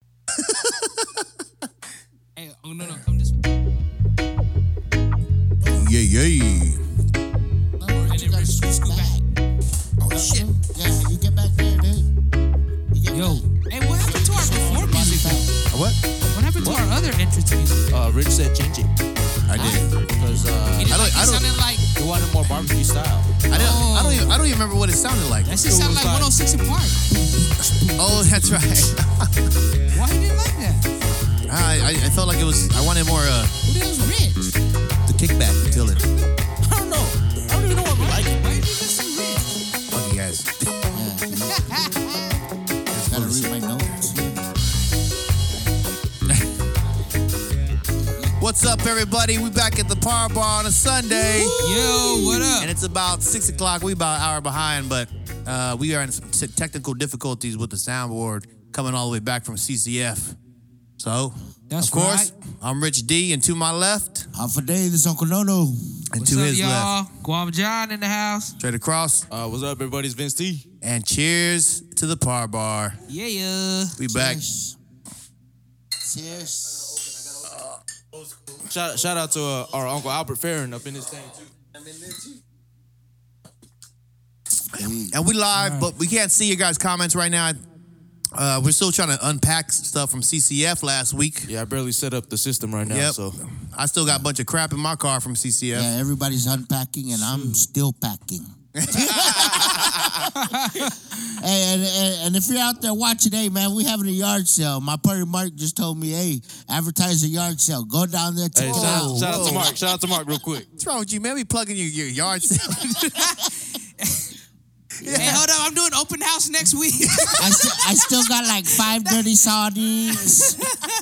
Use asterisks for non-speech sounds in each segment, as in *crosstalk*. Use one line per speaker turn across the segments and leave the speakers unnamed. oh,
What?
What happened to our other entrance music?
Uh, Rich said change it
I did.
because uh,
You didn't
I don't-
like,
I
it
don't-
sounded like
he wanted more barbecue style.
I don't. I don't.
Oh.
Even, I don't even remember what it sounded like.
that shit sounded like 106 and Park.
Oh, *laughs* that's right.
Why you didn't like that?
I, I, I felt like it was. I wanted more. Uh,
Who the hell's Rich?
the kickback, Dylan.
I don't know. I don't even know what we like.
Why did you listen to Rich?
Fuck you guys.
Gotta read my notes.
*laughs* What's up, everybody? We back at the Par Bar on a Sunday,
Yo, what up?
*laughs* and it's about six o'clock. We about an hour behind, but uh, we are in some t- technical difficulties with the soundboard coming all the way back from CCF. So,
That's
of course,
right.
I'm Rich D, and to my left,
Half a day, this Uncle Nono.
and
What's
to
up,
his left,
y'all? Guam John in the house.
straight across,
Uh, what's up, everybody? It's Vince T.
and cheers to the Par Bar.
Yeah, yeah.
We back.
Cheers. Cheers.
Shout, shout out to uh, our uncle Albert Farron up in this thing too.
And we live, but we can't see your guys' comments right now. Uh, we're still trying to unpack stuff from CCF last week.
Yeah, I barely set up the system right now,
Yep.
so
I still got a bunch of crap in my car from CCF.
Yeah, everybody's unpacking and I'm
*laughs*
still packing. *laughs* hey, and, and, and if you're out there watching, hey man, we having a yard sale. My partner Mark just told me, hey, advertise a yard sale. Go down there
hey,
check
shout,
it
out,
out.
shout out to
Whoa.
Mark. Shout out to Mark real quick.
What's wrong with you, man? Be plugging your,
*laughs*
your yard sale.
Hey, hold up. I'm doing open house next week.
I, st- I still got like five dirty sardines,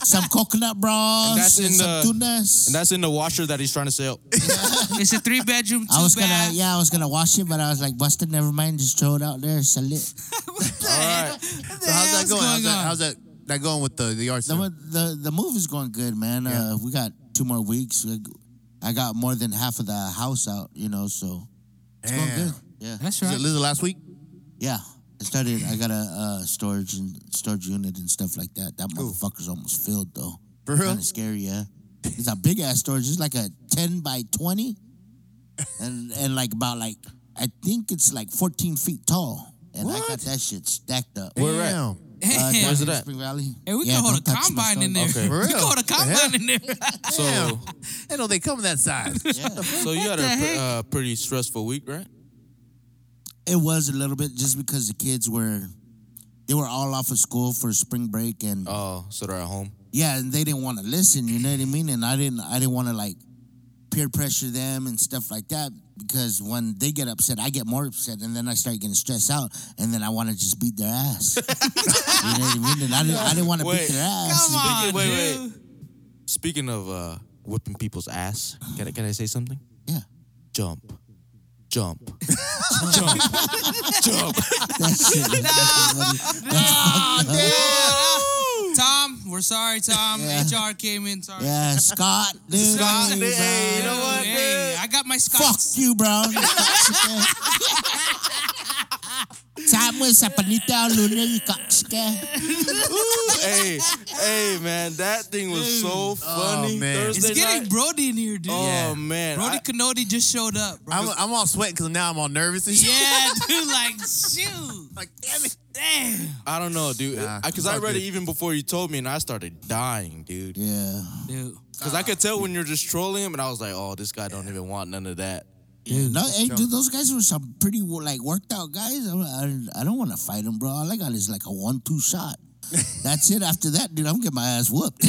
some coconut bras,
And that's
and
in
some
the-
tunas.
And that's in the washer that he's trying to sell.
it's a three bedroom, two
I was
bath.
gonna, yeah, I was gonna wash it, but I was like, Buster, never mind, just throw it out there, sell it.
*laughs*
*laughs*
All right.
What the
So how's that
hell's
going? how's, that,
on?
how's that, that going with the, the yard
The
sale?
the the move is going good, man. Uh, we got two more weeks. We- I got more than half of the house out, you know, so it's going
Damn.
good. Yeah,
That's
Was it
right.
Lizzo last week?
yeah. I started. I got a uh, storage and storage unit and stuff like that. That motherfucker's almost filled though.
For real?
Kind of scary, yeah. It's a big ass storage. It's like a ten by twenty, and and like about like I think it's like fourteen feet tall. And I
What?
got that shit stacked up.
Where at?
Damn.
Uh,
Damn.
Where's
it at?
Spring Valley.
Hey, we
Yeah,
can hold
don't
a
touch my
combine in
stove.
there.
Okay.
*laughs*
For
We
real?
can hold a
The
combine in there.
So,
Damn. Hey, no, *laughs* they come that size.
*laughs* Oh,
so you had a
the
pre-
heck?
uh, pretty stressful week, right?
It was a little bit just because the kids were, they were all off of school for spring break and
Oh, so they're at home.
yeah, and they didn't want to listen. You know what I mean? And I didn't, I didn't want to like peer pressure them and stuff like that because when they get upset, I get more upset, and then I start getting stressed out, and then I want to just beat their ass. *laughs* you know what I mean? And I didn't, I didn't want to
Wait.
beat their ass.
Come on,
wait, wait.
dude.
Speaking of uh, whipping people's ass, can I, can I say something?
Yeah,
Jump, jump, jump, jump.
that shit. was fucking funny.
Tom, we're sorry, Tom. HR came in. Sorry.
Yeah, Scott, dude.
Scott,
bro.
hey, you know what,
Hey, I got my
Fuck
Scots.
you, bro. Samuel Sapanita Luna you cocksucker.
hey, hey, man, that thing was so funny.
man.
Thursday
It's getting
night.
Brody in here, dude.
Oh
Yeah.
man,
Brody
I,
Canodi just showed up, bro.
I'm, I'm all sweating because now I'm all nervous and shit.
yeah, dude, like, shoot.
Like, damn it.
Damn.
I don't know, dude.
Nah,
Because
it's
I
all
read
good.
it even before you told me, and I started dying, dude.
Yeah.
Dude.
Because I could tell when you're just trolling him, and I was like, oh, this guy don't even want none of that.
No, hey, dude, those guys were some pretty like worked out guys. I, I, I don't want to fight them, bro. All I got is like a one two shot. *laughs* That's it. After that, dude, I'm getting my ass whooped. *laughs*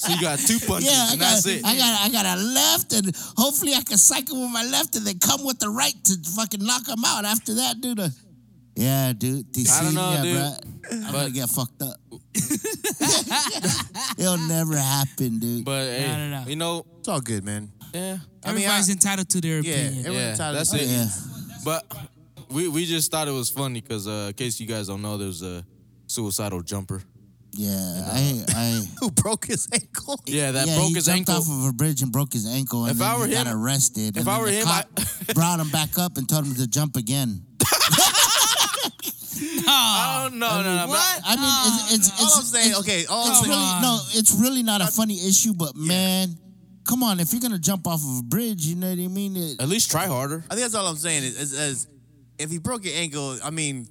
So you got two punches,
yeah, I
and
got,
that's it.
I got, I got a left, and hopefully I can cycle with my left, and then come with the right to fucking knock them out. After that, dude, uh, yeah, dude, DC,
I don't know,
yeah,
dude.
bruh. I'm gonna get fucked
*laughs*
up. It'll never happen, dude.
But hey,
No, no, no.
you know,
It's all good, man.
yeah,
I mean,
Everybody's
I-
entitled to their
Yeah,
opinion.
every-
yeah,
tired of
that's
it.
it.
yeah,
But we we just thought it was funny because, uh, in case you guys don't know, there's a suicidal jumper.
yeah, I, I.
*laughs* Who broke his ankle?
Yeah, uh, that
yeah,
broke
he
his
jumped
ankle.
off of a bridge and broke his ankle, and
If
then
I were
he got
him- if
arrested. and
I
then
were
the
him,
cop brought him back up and told him to jump again.
oh no, no, no, but-
What?
I mean, it's, it's, it's,
All I'm saying, okay, all I'm
it's
saying,
really, no, it's really not a funny issue, but man, come on, if you're gonna jump off of a bridge, you know what I mean? It,
Uh, At least try harder.
I think that's all I'm saying is, is, is if he broke your ankle, I mean,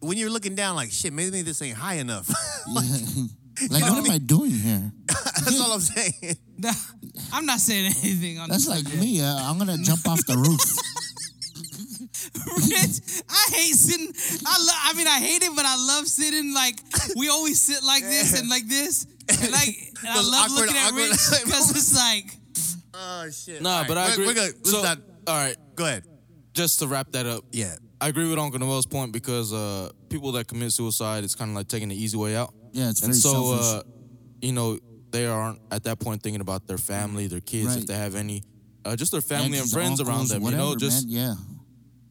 when you're looking down, like shit, maybe this ain't high enough. *laughs* Like,
like, what am I doing here?
That's all I'm saying.
*laughs* I'm not saying anything on
That's
this
*laughs*
like
subject.
me. Uh, I'm gonna jump off the roof.
*laughs* Rich, I hate sitting. I love. I mean, I hate it, but I love sitting. Like we always sit like
*laughs*
this and like this, and like. And I
Those
love
awkward-
looking at
*laughs* awkward-
Rich because it's like
Oh shit.
Nah,
All
but
right,
I agree.
We're, we're good.
So,
not,
all right,
go ahead.
just to wrap that up.
Yeah.
I agree with Uncle Noel's point because uh, people that commit suicide, it's kind of like taking the easy way out.
Yeah, it's very
and so,
selfish.
uh, you know, they aren't at that point thinking about their family, their kids, if
Right.
they have any, uh, just their family and
Aunties,
friends around
uncles,
them.
whatever,
you know, just
man, yeah,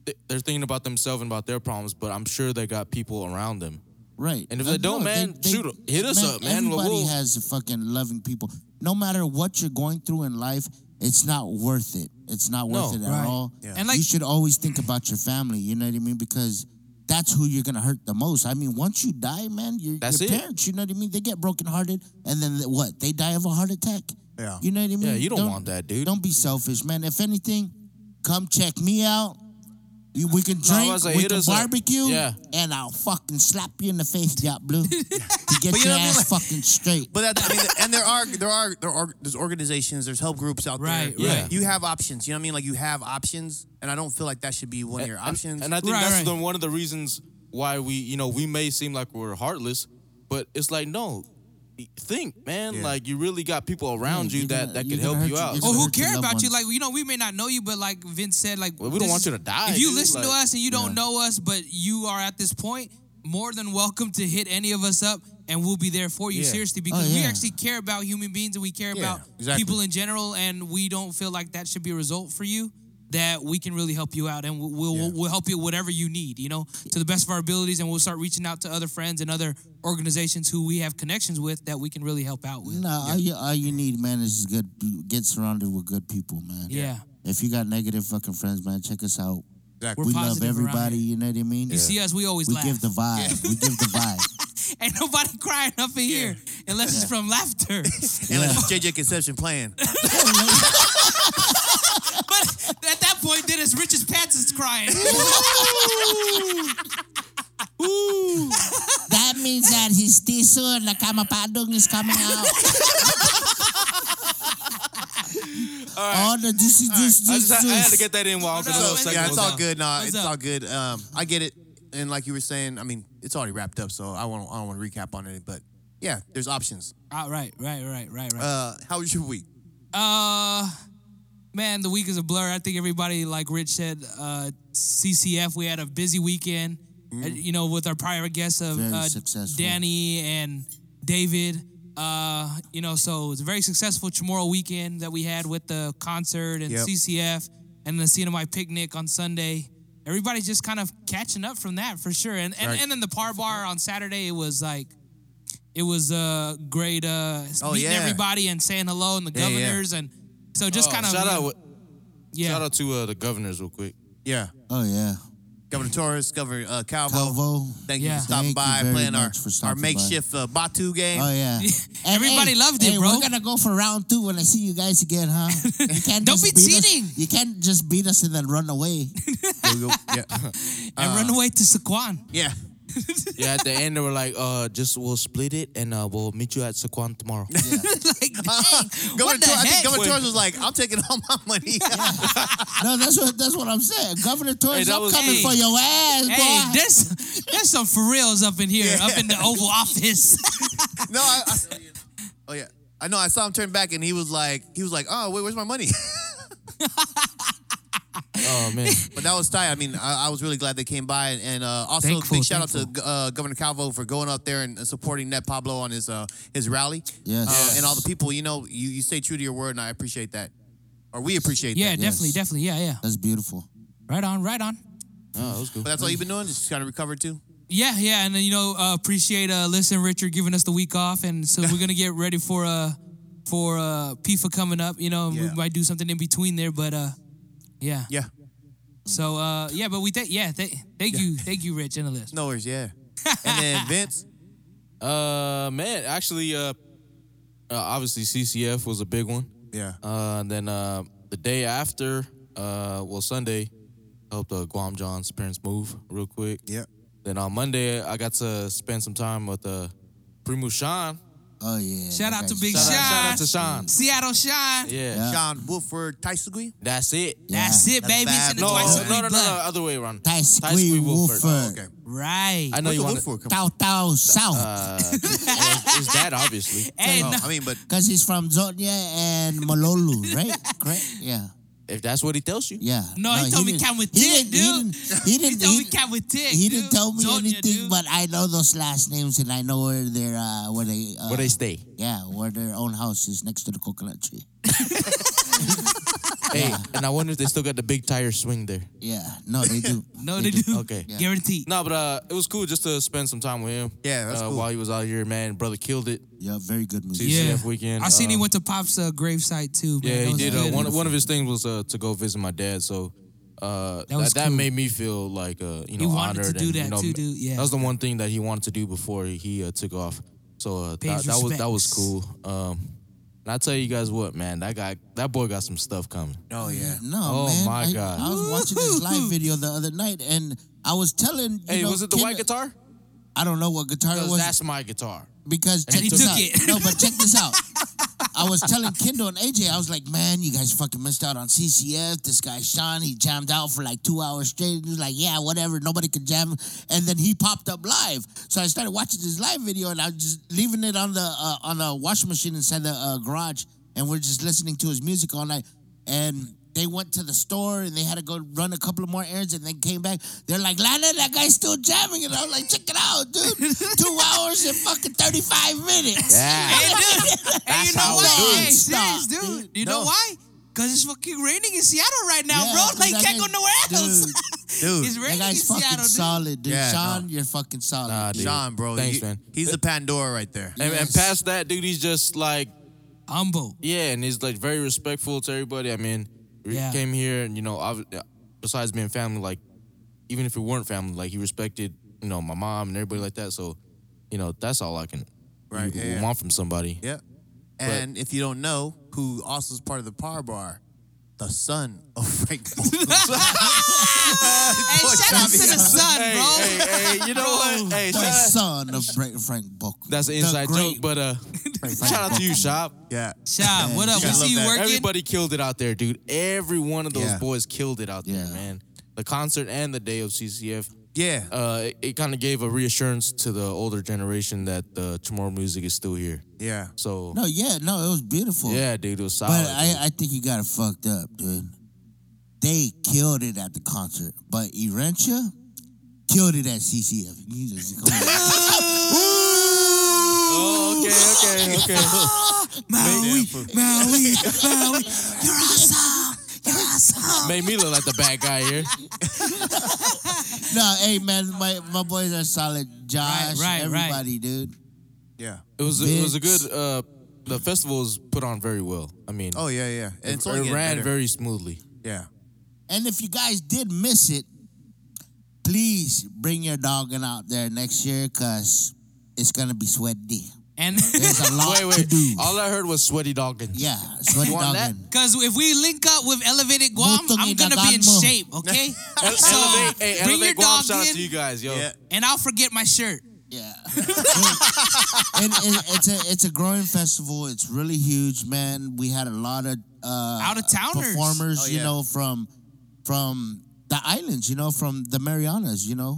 th- they're thinking about themselves and about their problems. But I'm sure they got people around them.
right.
And if they don't, man, shoot 'em. Hit us up, man. We'll-
Everybody
we'll-
has fucking loving people. No matter what you're going through in life, it's not worth it. It's not worth
No.
it at
Right.
all.
Yeah.
And, like-
you should always think about your family. You know what I mean? Because that's who you're gonna hurt the most. I mean, once you die, man, your,
That's
your
it.
parents. You know what I mean? They get brokenhearted, and then th- what? They die of a heart attack.
Yeah.
You know what I mean?
Yeah, you don't want that, dude.
Don't be selfish, man. If anything, come check me out. You- We can
I
drink,
was like,
we
hit
can
us up.
barbecue,
Yeah.
and I'll fucking slap you in the face, Yacht Blue, to get
you
your
know,
ass
like-
fucking straight.
But that, I mean, and there are there are there are there's organizations, there's help groups out
Right,
there.
Yeah.
right.
You have options. You know what I mean? Like you have options, and I don't feel like that should be one of your options.
And I think
Right,
that's
right.
The, one of the reasons why we, you know, we may seem like we're heartless, but it's like no, think, man.
Yeah.
Like you really got people around
Yeah,
you
you're
that
gonna-
that
you're
could
gonna
help
hurt
you
you.
out.
It's
or
gonna
who
hurt your
care
loved
about you.
ones.
Like you know, we may not know you, but like Vince said, like
Well, we don't
this
want
is-
you to die,
If you
dude,
listen to
like-
us and you don't know us, but you are at this point, more than welcome to hit any of us up, and we'll be there for you.
Yeah.
Seriously, because we
Oh, yeah.
actually care about human beings and we care
Yeah,
about
exactly.
people in general, and we don't feel like that should be a result for you. That we can really help you out, and we'll we'll,
Yeah.
we'll help you whatever you need, you know, to the best of our abilities, and we'll start reaching out to other friends and other organizations who we have connections with that we can really help out with.
No, all, you, all you need, man, is good. Get surrounded with good people, man.
Yeah.
If you got negative fucking friends, man, check us out.
Exactly.
We're
we love
positive around
everybody.
here.
You know what I mean?
You see us, we always
we
laugh.
give the vibe. We give the vibe.
Ain't nobody *laughs* crying up in here unless it's from laughter.
And like JJ Conception
*laughs*
playing.
but at that point, then it's Rich's pants is crying.
that means that his tiso and the kamapadong is coming out. All the juicy, juice,
I
juice,
just had, I had to
juice.
get that in while Uncle
No,
Noel's
it's-
segment
yeah, it's
was
all
out.
good. Nah,
What's
it's
up?
all good. Um, I get it. And like you were saying, I mean, it's already wrapped up, so I won't I don't want to recap on it. But yeah, there's options.
Ah, right, right, right, right, right.
Uh, how was your week?
Uh, man, the week is a blur. I think everybody, like Rich said, uh, CCF. We had a busy weekend.
Mm-hmm.
uh, You know, with our prior guests of
Very
uh,
successful.
Danny and David. Uh, you know, so it's a very successful Chamorro weekend that we had with the concert and
Yep.
CCF and the scene of my picnic on Sunday. Everybody's just kind of catching up from that for sure. And and,
Right.
and then the par bar on Saturday it was like it was uh great uh
Oh,
meeting
yeah.
everybody and saying hello and the
Yeah, yeah.
governors and so just
Oh,
kind of
shout out,
yeah
shout out to uh, the governors real
*laughs*
quick.
Yeah,
Oh yeah,
Governor Torres, Governor uh, Calvo.
Calvo.
Thank you
Yeah.
for stopping
Thank you
by,
very
playing our
much for
our
stopping by.
makeshift uh, Batu game.
Oh
*laughs*
yeah. And,
*laughs* Everybody
hey,
loved it,
hey,
bro.
We're gonna go for round two when I see you guys again,
*laughs*
huh? You can't
Don't
just
be
beat us-
cheating.
You can't just beat us and then run
*laughs*
away.
*laughs* There we go. Yeah,
Ah.
and run away to Saquon.
yeah.
*laughs*
Yeah, at the end they were like, uh, just we'll split it and uh, we'll meet you at Saquan
*laughs*
tomorrow.
like, dang,
Governor
what the
Torres, I think
heck?
Governor Torres was like, "I'm taking all my money."
No, that's what that's what I'm saying. Governor Torres,
that
I'm
was-
coming
Hey.
for your ass,
hey,
boy.
there's there's some for reals up in here, up in the Oval
*laughs*
Office.
*laughs* no, I, I, oh yeah, I know. I saw him turn back, and he was like, he was like, "Oh wait, where's my money?" *laughs*
oh
*laughs*
man,
But that was tight. I mean, I, I was really glad they came by, and, and uh, also
Thankful,
big shout out to uh, Governor Calvo for going up there and supporting Net Pablo on his uh, his rally.
Yes.
Uh,
Yes.
and all the people, you know, you, you stay true to your word, and I appreciate that, or we appreciate
yeah,
that.
definitely, definitely, yeah, yeah.
That's beautiful.
Right on, right on.
oh, that was good.
But that's all you've been doing, just trying to recover too.
Yeah, yeah, and then, you know, uh, appreciate uh, listen, Richard giving us the week off, and so we're gonna get ready for uh for uh FIFA coming up. You know, and we
Yeah.
might do something in between there, but uh, yeah.
Yeah,
So uh, yeah, but we thank yeah, thank thank you, thank you, Rich, and the list.
no worries.
*laughs*
Yeah, and then Vince.
Uh, man, actually, uh, uh, obviously CCF was a big one.
Yeah.
Uh, and then uh, the day after, uh, well Sunday, helped uh, Guam John's parents move real quick.
Yeah.
Then on Monday, I got to spend some time with uh, Primo Sean.
Oh yeah.
Shout
that
out to
guy's-
Big
Shout out-
Sean.
shout out to Sean.
Seattle Shine.
Yeah,
Yeah.
Sean Wolford Tysegui.
that's it.
That's
Yeah.
it,
That's
baby. It's
bad.
in the
No,
twice a
no, no,
week
no, no,
blood.
other way around.
Ty Squee
Squee Wolford. Oh,
Wolford.
Okay.
Right.
I know
Where's
you
the
want.
Wolford come
Tao Tao South.
Uh, Is that obviously?
Hey,
Oh,
no.
I mean, but
Cause he's from Zonia and
*laughs*
Malolu, right? Correct? Yeah,
If that's what he tells you.
yeah.
No, he told me
didn't-
count with
he
dick,
didn't- He
*laughs* He
didn't. He didn't.
told
He,
me cat with dick.
he didn't
dude.
tell me
Told ya,
anything,
dude.
but I know those last names and I know where they're uh, where they uh,
Where they stay.
yeah where their own house is next to the coconut tree.
Hey, and I wonder if they still got the big tire swing there.
Yeah, no, they do.
*laughs* No, they do.
Okay.
Yeah.
Guaranteed.
No, but uh, it was cool just to spend some time with him.
Yeah, that's
uh,
cool.
While he was out here, man, brother killed it.
Yeah, very good music.
Yeah. CCF weekend,
I seen he
um,
went to Pop's uh, gravesite too. Man.
Yeah,
That
he
was
did. Uh,
good.
one one of his things was uh, to go visit my dad. So uh, that
was
that,
cool.
made me feel like uh, you know
wanted to
honored
do
and,
that
you know,
too, dude. Yeah.
that was the one thing that he wanted to do before he uh, took off. So uh,
Pays
that, that was that was
respects.
cool. Um, and I tell you guys what, man, that guy, that boy got some stuff coming.
oh yeah.
No,
Oh,
man.
my
I,
God.
I was watching
*laughs*
this live video the other night and I was telling. You
Hey,
know,
was it the
Ken-
white guitar?
I don't know what guitar it
'Cause
was.
that's my guitar.
because check
he
this
took
out.
it.
No, but check this
*laughs*
out. I was telling Kendall and AJ, I was like, man, you guys fucking missed out on CCF. This guy Sean, he jammed out for like two hours straight. He was like, yeah, whatever, nobody could jam. And then he popped up live. So I started watching this live video, and I was just leaving it on the uh, on the washing machine inside the uh, garage, and we're just listening to his music all night. And they went to the store and they had to go run a couple of more errands and then came back. They're like, Lana, that guy's still jamming. And I was like, check it out, dude. Two hours and fucking 35 minutes.
Yeah.
Hey,
*laughs*
dude. hey, you
That's
know
how it
why? Hey,
goes.
serious,
Stop,
dude. You know
No.
why? Cause it's fucking raining in Seattle right now,
Yeah,
bro. Like,
dude,
can't go
that
nowhere
guy-
else.
dude,
Dude,
it's
That
raining in
guy's fucking
Seattle, dude.
solid, dude.
Yeah,
Sean,
no.
you're fucking solid.
Nah, dude.
Sean, bro.
Thanks,
he-
man.
He's the Pandora right there.
And, and
Yes.
past that, dude, he's just like
Humble.
Yeah, and he's like very respectful to everybody. I mean, we
Yeah.
came here and you know, ob- besides being family, like even if we weren't family, like he respected you know my mom and everybody like that. So, you know, that's all I can
Right,
you
yeah, yeah.
want from somebody.
Yeah. And if you don't know, who also is part of the Power Bar, the son of Frank.
*laughs*
Vogel.
*laughs* Hey, shout out to the sun,
Hey,
bro.
hey, hey, you know what? Hey,
the
shout out-
son of Frank, Frank Book.
that's an
The
inside
great
joke, but uh, *laughs*
Frank
shout out to you, Shop.
yeah.
Shop, what up? We
Yeah, I love
see you
that.
working.
Everybody killed it out there, dude. Every one of those
Yeah.
boys killed it out there,
Yeah.
man. The concert and the day of CCF.
Yeah.
uh, it, it kind of gave a reassurance to the older generation that uh, tomorrow music is still here.
yeah.
So
No, yeah, no, it was beautiful.
yeah, dude, it was solid.
But I, I think you got it fucked up, dude. They killed it at the concert, but Erentia killed it at CCF. You just
*laughs*
come on.
oh, okay, okay, okay.
Maui, Maui, Maui. You're awesome. You're awesome.
Made me look like the bad guy here.
no, hey man, my, my boys are solid. Josh,
Right, right,
everybody, dude.
Yeah.
It was it was a good. Uh, the festival was put on very well. I mean,
Oh yeah, yeah. And
it,
it's only
it
getting
ran
better.
very smoothly.
Yeah.
And if you guys did miss it, please bring your doggin out there next year, cause it's gonna be sweaty.
And
There's a lot
Wait,
to
wait.
do.
All I heard was sweaty doggins.
Yeah, sweaty
want that?
doggin.
because if we link up with Elevated Guam,
Gusto
I'm
ni
gonna be in
dagan mo.
shape, okay?
Ele-
So,
elevate, hey,
bring your
elevate Guam.
dog
Shout out
in.
to you guys, yo.
Yeah.
And I'll forget my shirt.
Yeah. *laughs* and it, it's a it's a growing festival. It's really huge, man. We had a lot of uh,
Out of towners.
performers,
Oh,
you
yeah.
know, from from the islands, you know, from the Marianas, you know,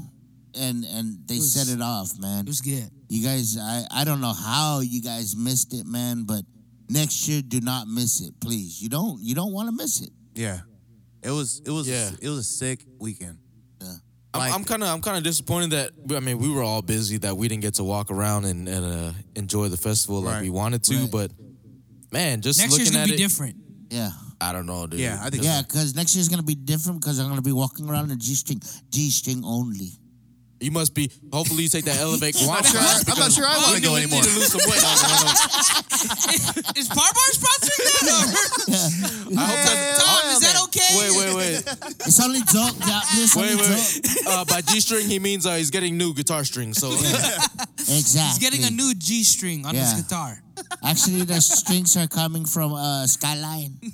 and and they
was-
set it off, man.
It was good.
you guys, I I don't know how you guys missed it, man, but next year do not miss it, please. You don't you don't want to miss it.
Yeah. It was it was
Yeah.
it was a sick weekend.
I'm-
Like-
I'm kind of I'm kind of disappointed that I mean we were all busy that we didn't get to walk around and, and uh, enjoy the festival like
Right.
we wanted to.
Right.
But man, just
Next
looking
year's gonna
at
be
it,
different. *laughs*
Yeah.
I don't know, dude.
Yeah, I think-
Yeah, because next year's gonna be different because I'm gonna be walking around in G string, G string only.
you must be. Hopefully, you take that
*laughs*
elevate guam.
I'm not sure I,
class
am not
because
sure I
you
want to
need-
go
you
anymore.
Need to lose some weight.
Is Bar Bar sponsoring that?
I hope
*laughs*
that.
Tom, is that okay?
Wait, wait, wait,
It's only joke. Yeah, it's only
wait,
joke.
wait. Uh, by G string, he means uh, he's getting new guitar strings. So
Exactly.
He's getting a new G string on
Yeah.
his guitar.
Actually, the strings are coming from uh, Skyline. *laughs* G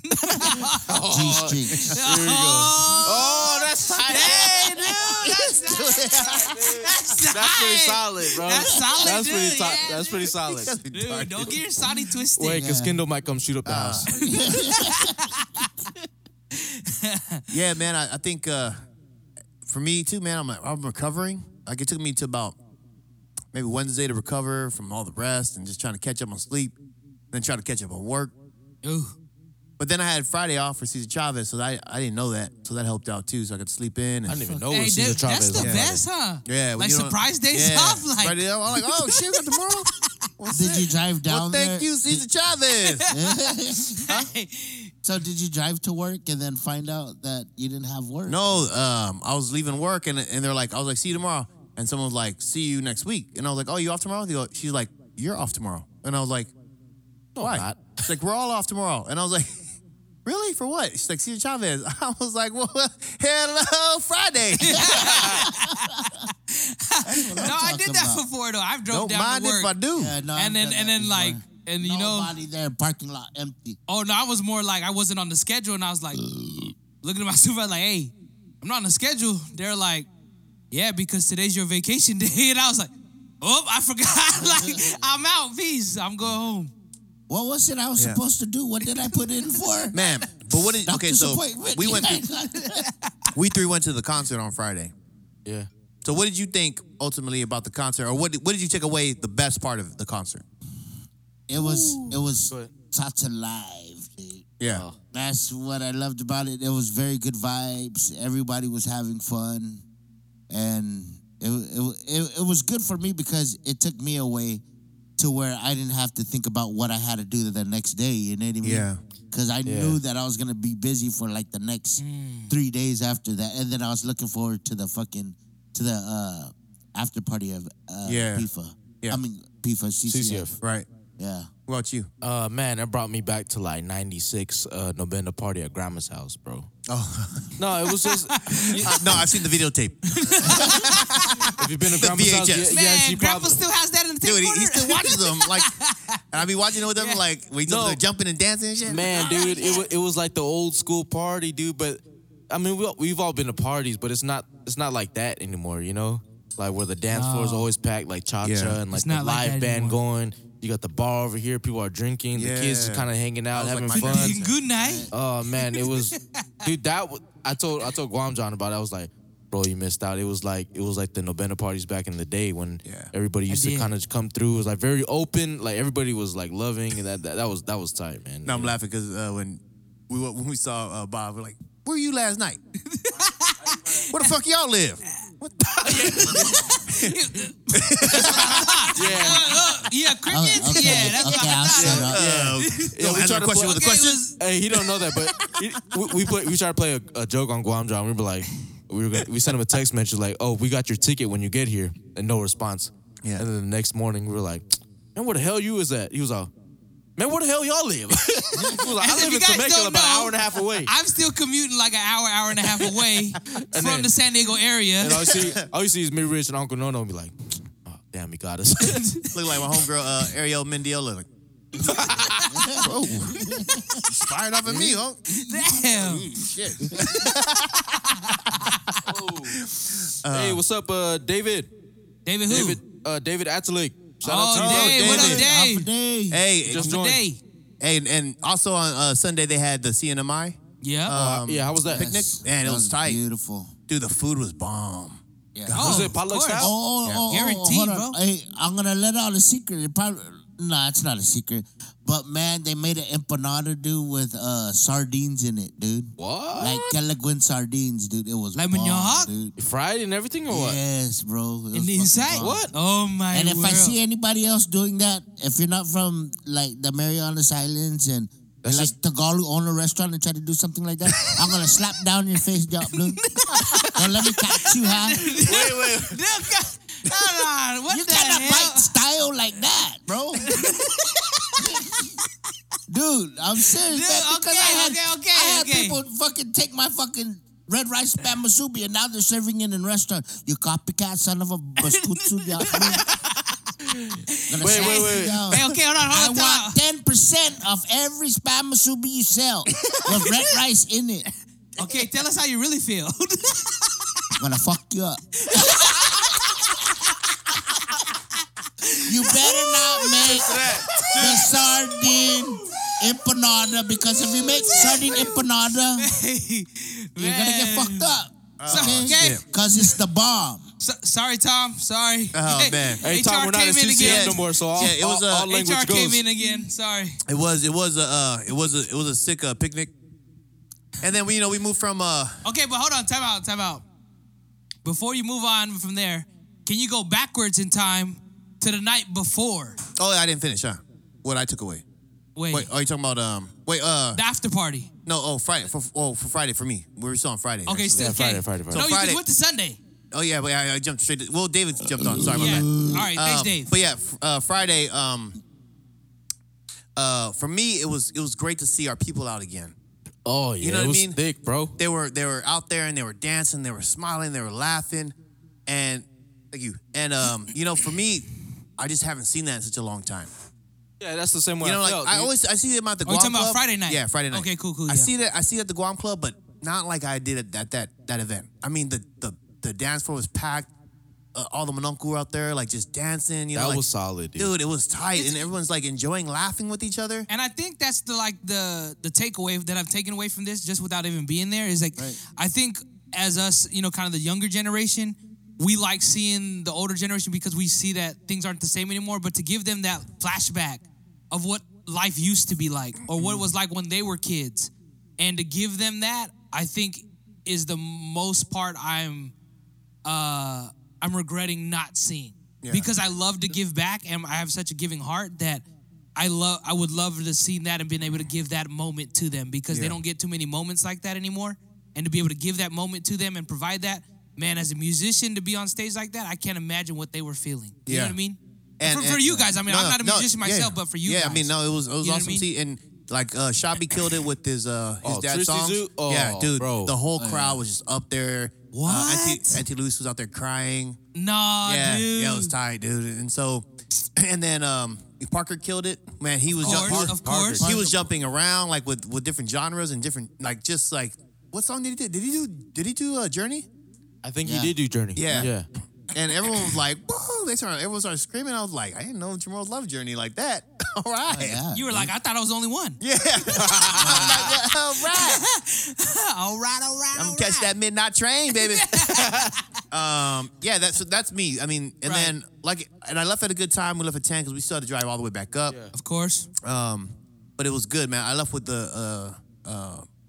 strings.
Here we go.
Oh, *laughs*
oh, that's tight.
hey, dude.
That's pretty
*laughs*
solid, bro.
That's solid,
That's pretty.
dude,
so-
yeah,
that's pretty solid.
*laughs* Dude, don't get your Saudi twisted.
*laughs* Wait, because Kendall might come shoot up the
Ah.
house.
yeah, man. I, I think uh, for me too, man. I'm I'm recovering. Like it took me to about maybe Wednesday to recover from all the rest and just trying to catch up on sleep, then try to catch up on work.
Ooh,
But then I had Friday off for Cesar Chavez, so I I didn't know that, so that helped out too. So I could sleep in. And
I didn't even know
hey,
what Cesar
that-
Chavez
that's the
was.
best, huh?
Yeah,
like surprise days off, like
right, I'm like, oh shit, we got tomorrow.
*laughs*
What's
Did you drive
Well,
down
thank
there?
you, Cesar Chavez.
So did you drive to work and then find out that you didn't have
*laughs*
work?
no, um, I was leaving work and and they're like, I was like, see you tomorrow, and someone was like, see you next week, and I was like, oh, you off tomorrow? They go, she's like, you're off tomorrow, and I was like,
No,
why?
I'm not.
She's like, we're all off tomorrow, and I was like. *laughs* Really? For what? She's like, Cesar Chavez. *laughs* I was like, well, hello, Friday.
*laughs* no, I did
talking
that
about.
before though. I've drove
Don't
down
mind
to work,
if I do.
Yeah, no, I've
and then
done
and
that
then
before.
like and you know,
nobody there, parking lot empty.
oh no, I was more like I wasn't on the schedule, and I was like looking at my *laughs* supervisor like, hey, I'm not on the schedule. They're like, yeah, because today's your vacation *laughs* day, and I was like, oh, I forgot. *laughs* like I'm out, peace. I'm going home.
What was it I was
Yeah.
supposed to do? What did I put
*laughs*
in for?
Man, but what did, okay,
Doctor's
so
appointment.
we
*laughs*
went, to, we three went to the concert on Friday.
Yeah.
So, what did you think ultimately about the concert, or what did, what did you take away the best part of the concert?
it was it was
Go ahead.
Tata live, dude.
Yeah,
That's what I loved about it. It was very good vibes. Everybody was having fun, and it it, it, it was good for me because it took me away to where I didn't have to think about what I had to do the next day. You know what I mean?
Yeah.
Because I
Yeah.
knew that I was gonna be busy for like the next
Mm.
three days after that, and then I was looking forward to the fucking to the uh, after party of uh,
Yeah.
FIFA.
Yeah.
I mean FIFA CCF.
CCF.
right.
*laughs*
Yeah.
What about you?
Uh, man, that brought me back to like '96 uh, November party at Grandma's house, bro.
Oh
No, it
*laughs*
was just
Uh, no, I've seen the
*laughs*
videotape.
if you've been to Grandma's house,
VHS.
yeah,
Man,
yeah, she
Grandpa
probably.
still has that in the tape
Dude, he,
recorder. *laughs*
he still watches them. Like, and I be watching it with them.
Yeah.
Like, we
No.
they're jumping and dancing and shit.
Man, dude, it was, it was like the old school party, dude. But I mean, we, all- we've all been to parties, but it's not it's not like that anymore, you know. Like where the dance floor is always packed, like cha cha,
Yeah.
and like
It's
the
not like
live
that
band
anymore.
going. You got the bar over here. People are drinking. The kids
Yeah.
just kind of hanging out,
That
having
was like my
fun.
dad's-
Good night.
Oh man, it
*laughs*
was, dude. That wa- I told I told Guam John about. it. I was like, bro, you missed out. It was like it was like the Novena parties back in the day when
Yeah.
everybody used to
did.
kind of come through. It was like very open. Like everybody was like loving, and that that, that was that was tight, man.
No, I'm laughing because uh, when we wa- when we saw uh, Bob, we're like, "Where were you last
*laughs*
night? Where the fuck y'all live?"
yeah,
Uh, yeah,
Oh,
crickets.
okay.
Yeah, that's
okay,
what I
I'll
thought.
shut up.
Uh,
*laughs* Yeah,
don't
we
answer the
tried to
question
put-
with
Okay,
a question.
it was-
Hey, he don't know that, but he- we, we play. We tried to play a, a joke on Guam John. We were like, we were gonna, we sent him a text message like, "Oh, we got your ticket when you get here," and no response.
Yeah.
And then the next morning, we were like, "Man, where the hell you is at?" He was like, "Man, where the hell y'all live?" *laughs* He was like,
And
"I
if
live
you
in
guys
Temecula,
don't
about an
know-
hour and a half away."
I'm still commuting like an hour, hour and a half away from
then-
the San Diego area.
and all you see, all you see is me, Rich, and Uncle Nono, and be like, oh, "Damn, he got us." *laughs*
Look like my homegirl uh, Ariel Mendiola. Like, whoa, She's fired up at me, huh?
*laughs*
*laughs*
Damn.
Shit.
hey, what's up, uh, David?
David who?
David, uh, David Atalik. Shout
oh,
out to you.
Dave,
Dave.
what up,
David.
Half a
Dave?
day.
Hey,
Just
you-
joined.
Day.
hey, and, and also on uh, Sunday they had the CNMI.
Yeah.
Um,
Oh, yeah, how was that?
picnic? Man, it
That
was tight.
Beautiful.
Dude, the food was bomb.
Yeah.
Oh,
was it
of
potluck
course.
style?
Oh, oh, oh,
Guaranteed,
hold on.
bro.
Hey, I'm gonna let out a secret. It probably nah, it's not a secret. But man, they made an empanada, dude, with uh sardines in it, dude.
What?
Like Calaguin sardines, dude. It was
Like
bomb,
when you're hot?
dude.
Fried and everything, or what?
Yes, bro. It was
In the
fucking
inside?
bomb.
What?
Oh my
And if I
world.
see anybody else doing that, if you're not from like the Marianas Islands and
That's
like
just-
Tagalog own a restaurant and try to do something like that, I'm gonna slap down your face, Doc
*laughs*
Blue. Don't let me catch you, huh?
Wait, wait.
*laughs* Look, hold on, what
You
the
gotta
hell?
bite style like that,
*laughs*
bro. Dude, I'm serious,
Dude,
man. Because
okay,
I had,
okay, okay,
I had
okay.
people fucking take my fucking red rice spam masubi, and now they're serving it in restaurant. You copycat son of a baskutsu. wait,
*laughs*
Wait, wait, wait.
Hey, okay, hold on,
I
hold on.
want ten percent of every spam masubi you sell with red rice in it.
Okay, tell us how you really feel.
gonna fuck you up. you better not make the sardine empanada because if you make sardine empanada,
*laughs* Hey,
you're gonna get fucked up.
So, okay.
Cause it's the bomb.
So- sorry, Tom. Sorry.
Oh, man.
Hey, Tom,
HR
we're not
came
at
in
CCM
again.
no more, so all,
Yeah, it was,
all,
uh,
all language
HR
goes.
came in again. Sorry.
It was it was a uh, it was a it was a sick uh, picnic, and then we you know we moved from uh
Okay, but hold on. Time out. Time out. Before you move on from there, can you go backwards in time to the night before?
oh I didn't finish huh what I took away
Wait,
wait are you talking about um wait uh
the after party.
no oh Friday for oh for Friday for me we were still on Friday
Okay,
actually.
still
Yeah,
okay.
Friday, Friday, Friday.
No,
So
you
Friday-
just went to Sunday.
oh yeah wait I, I jumped straight to, well David jumped on sorry my
Yeah.
bad
All right. Thanks,
Um,
Dave.
But yeah, fr- uh, Friday. Um, uh, for me, it was it was great to see our people out again.
Oh, yeah,
know what
it
I
was
mean?
thick, bro.
They were they were out there and they were dancing, they were smiling, they were laughing, and thank you. And um, you know, for me, I just haven't seen that in such a long time.
Yeah, that's the same way
You know,
I
like
felt.
I
dude.
always I see them at the
Oh,
Guam
you're talking about
Club.
Friday night?
Yeah, Friday night.
Okay, cool, cool,
I
yeah.
see that I see it at the Guam Club, but not like I did at, at that that event. I mean, the the the dance floor was packed. Uh, all the mononcle were out there, like just dancing. You
that
know, like,
was solid, dude.
dude it was tight and everyone's like enjoying laughing with each other
and I think that's the like the the takeaway that I've taken away from this, just without even being there, is like I think as us, you know, kind of the younger generation, we like seeing the older generation because we see that things aren't the same anymore. But to give them that flashback of what life used to be like, or what it was like when they were kids, and to give them that, I think is the most part I'm uh, I'm regretting not seeing because I love to give back and I have such a giving heart that I love I would love to see that and being able to give that moment to them because they
Yeah.
don't get too many moments like that anymore and to be able to give that moment to them and provide that man as a musician to be on stage like that I can't imagine what they were feeling you know
Yeah.
what I mean for, for you guys I mean
no,
I'm
no,
not a
no,
musician
yeah.
myself but for you
yeah
guys
i mean no it was it was
You know what I
awesome
mean?
see and like uh Shabby killed it with his uh his
Oh, Tristy
dad's songs
Zoo? Oh,
yeah dude
bro.
the whole crowd was just up there
What?
uh, auntie, auntie Luce was out there crying
nah
yeah
dude
yeah it was tight dude and so *sniffs* and then um Parker killed it man he was
Of
ju-
course, of course.
he was jumping around like with with different genres and different like just like what song did he do did he do did he do uh, Journey
I think
Yeah.
you did do Journey.
Yeah.
Yeah.
And everyone was like, whoa, they started, everyone started screaming. I was like, I didn't know Jamal's love journey like that. *laughs* All right.
Yeah.
you were like I thought I was the only one yeah
*laughs* All right.
all right all right
I'm
all
gonna catch
right.
that midnight train, *laughs* baby. um, yeah, that's that's me. I mean, and
Right.
then like and I left at a good time. We left at 10 because we still had to drive all the way back up.
of course
Um, but it was good, man. I left with the uh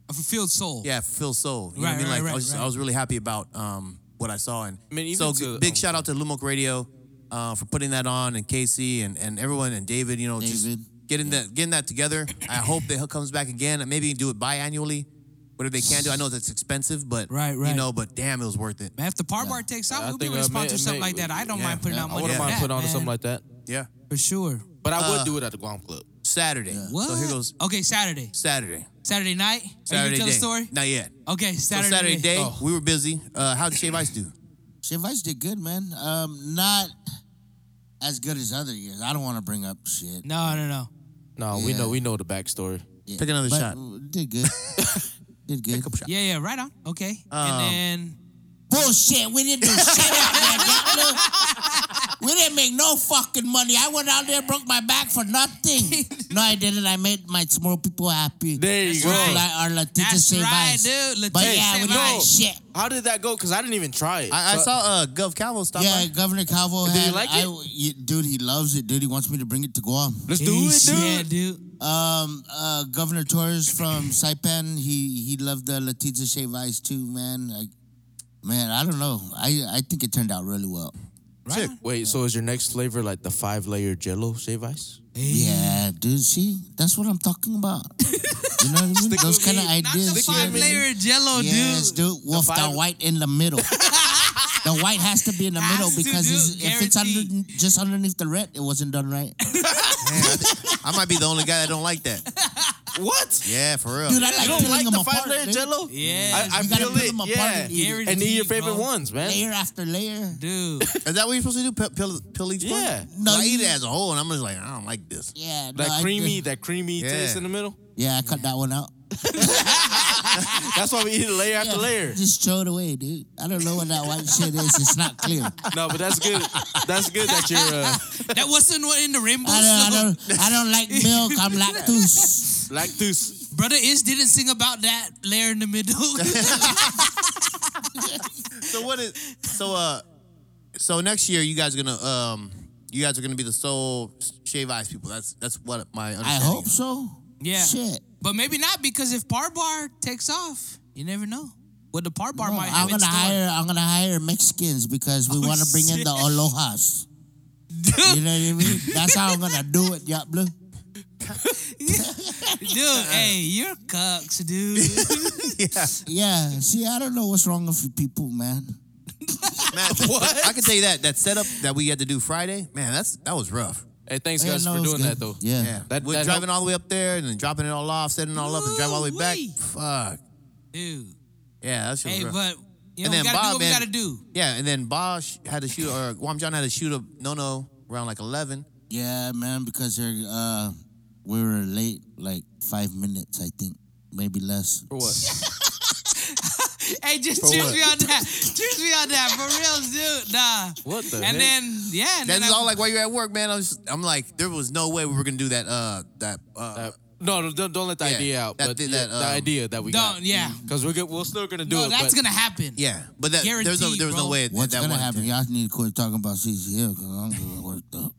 a fulfilled soul
yeah, Phil Soul. You know what I
Right,
mean?
right,
Like
right,
I was just-
right.
I was really happy about um what I saw and
I mean, even
so
to-
g- big
oh,
shout out to Lumoke Radio uh, for putting that on and Casey and, and everyone and David, you know,
David.
just getting that getting that together. I hope that he comes back again and maybe do it biannually. Whatever they can do. I know that's expensive, but
Right,
you
right.
know, but damn, it was worth it.
Man, if the part bar takes off,
I
we'll be
think,
able to
uh, may-
sponsor something
may-
like that. I don't mind putting out
I
money.
wouldn't
like
mind
that,
putting on to
man.
something like that.
Yeah.
for sure.
But I
Uh,
would do it at the Guam Club.
Saturday.
What?
So here goes
Okay, Saturday,
Saturday.
Saturday night. Are
Saturday
you gonna tell
day.
the story?
Not yet.
Okay,
So
Saturday,
Saturday, day,
Oh.
we were busy. Uh, how did Shave Ice do?
Shit, Vice did good, man. Um, not as good as other years. I don't want to bring up shit.
No, no, no.
No, we know we know the backstory.
Yeah,
Take another
but
shot. *laughs*
Did good. did good.
Yeah, yeah. Right on. Okay,
Um,
and then
Bullshit. We didn't do shit out there, Gatlin. We didn't make no fucking money. I went out there, broke my back
*laughs*
for nothing. no, I didn't. I made my small people happy.
There you
That's
go.
right. Like our Latinos
That's
say
right,
vice.
dude.
But
Latinos
yeah,
say
we didn't do
vice.
shit.
How did that go? Because I didn't even try it.
I, I
So-
saw uh Gov Calvo stop
Yeah,
by.
Governor Calvo
Did he
had.
like
I-
it?
y- dude, he loves it. Dude, he wants me to bring it to Guam.
Let's do
Hey,
it, dude.
Yeah, dude.
Um, uh, Governor Torres from Saipan, he he loved the Latiza Shave Ice too, man. Like, man, I don't know. I I think it turned out really well.
Right.
Sick.
on.
Wait, so is your next flavor like the five layer Jello shave ice?
Yeah,
Mm.
dude. See, that's what I'm talking about. You know what I mean? Those
with
kind of
me.
Not the
ideas. you know
five
what I mean?
layer Jello,
Yes,
dude.
dude. Wolf the,
five-
white in
*laughs*
the middle. the white has to be in the
Has
middle
to,
because
dude.
it's, if it's under,
Guaranteed.
just underneath the red, it wasn't done right.
Man, I, think- I might be the only guy that don't like that.
What?
Yeah, for real.
Dude, I like
You
peeling
don't like
them
the
apart.
five layer
dude.
Jello?
Yeah,
I, I
you gotta
feel
peel
it.
them apart
yeah.
and eat
it.
and eat your
Guaranteed,
favorite
bro.
ones, man.
Layer after layer.
dude.
*laughs*
Is that what you're supposed to do? Peel, peel, peel each part?
Yeah.
No,
No,
I eat
you-
it as a whole, and I'm just like, I don't like this.
Yeah, no,
That
I-
creamy, that creamy taste in the middle.
Yeah, I cut that one out.
That's why we eat it layer after layer.
Just throw it away, dude. I don't know what that white shit is. It's not clear.
No, but that's good. That's good that you're. Uh,
That wasn't what in the rainbow.
I
song.
don't, I don't, I don't
*laughs*
like milk. I'm lactose.
Lactose. *laughs*
Brother Ish didn't sing about that layer in the middle.
So what is so uh so next year you guys are gonna um you guys are gonna be the sole shave ice people. That's that's what my
I
understanding.
hope
is.
so.
yeah.
Shit.
But maybe not because if Par Bar takes off, you never know. What the Par Bar
No,
might
I'm
have in
gonna
store.
hire. I'm gonna hire Mexicans because we
Oh,
want to bring in the
shit.
alohas. you know what
*laughs*
I mean? That's how I'm gonna do it, yeah, blue.
Dude, hey, you're cucks, dude.
Yeah. See, I don't know what's wrong with you people, man.
Matt,
What?
I can tell you that that setup that we had to do Friday, man, that's that was rough.
Hey, thanks
Yeah,
guys
no,
for
it's
doing
good.
that though.
Yeah.
Yeah,
That-
we're
that
driving all the way up there and then dropping it all off, setting it all up, and driving all the way back.
Ooh-wee.
Fuck.
Dude.
Yeah, that shit was
Hey,
rough.
but you
And
know, we
then
gotta
Bob,
do what we
man.
gotta do.
*laughs* yeah, and then Bosh had to shoot, or Guam John had to shoot a no no around like eleven.
Yeah, man. Because they're, uh, we were late like five minutes, I think, maybe less.
For what?
Hey, just
For
cheers
what?
me on that. cheers me on that. For real, dude. Nah.
What the?
And
heck?
then, yeah. And
That's
then I-
all like while you're at work, man. I was, I'm like, there was no way we were gonna do that. Uh, that. Uh,
Uh, no, no, don't, don't let the
Yeah,
idea out.
that
but
thing
yeah,
that,
the
um,
idea that we got.
Don't, yeah.
Because we're good. We're still gonna do
No,
it.
that's
but
gonna happen.
yeah, but that there's no
Guaranteed,
there was
bro.
no way
What's
that
gonna
one-
happen? Y'all need to quit talking about CCL because I'm gonna work up.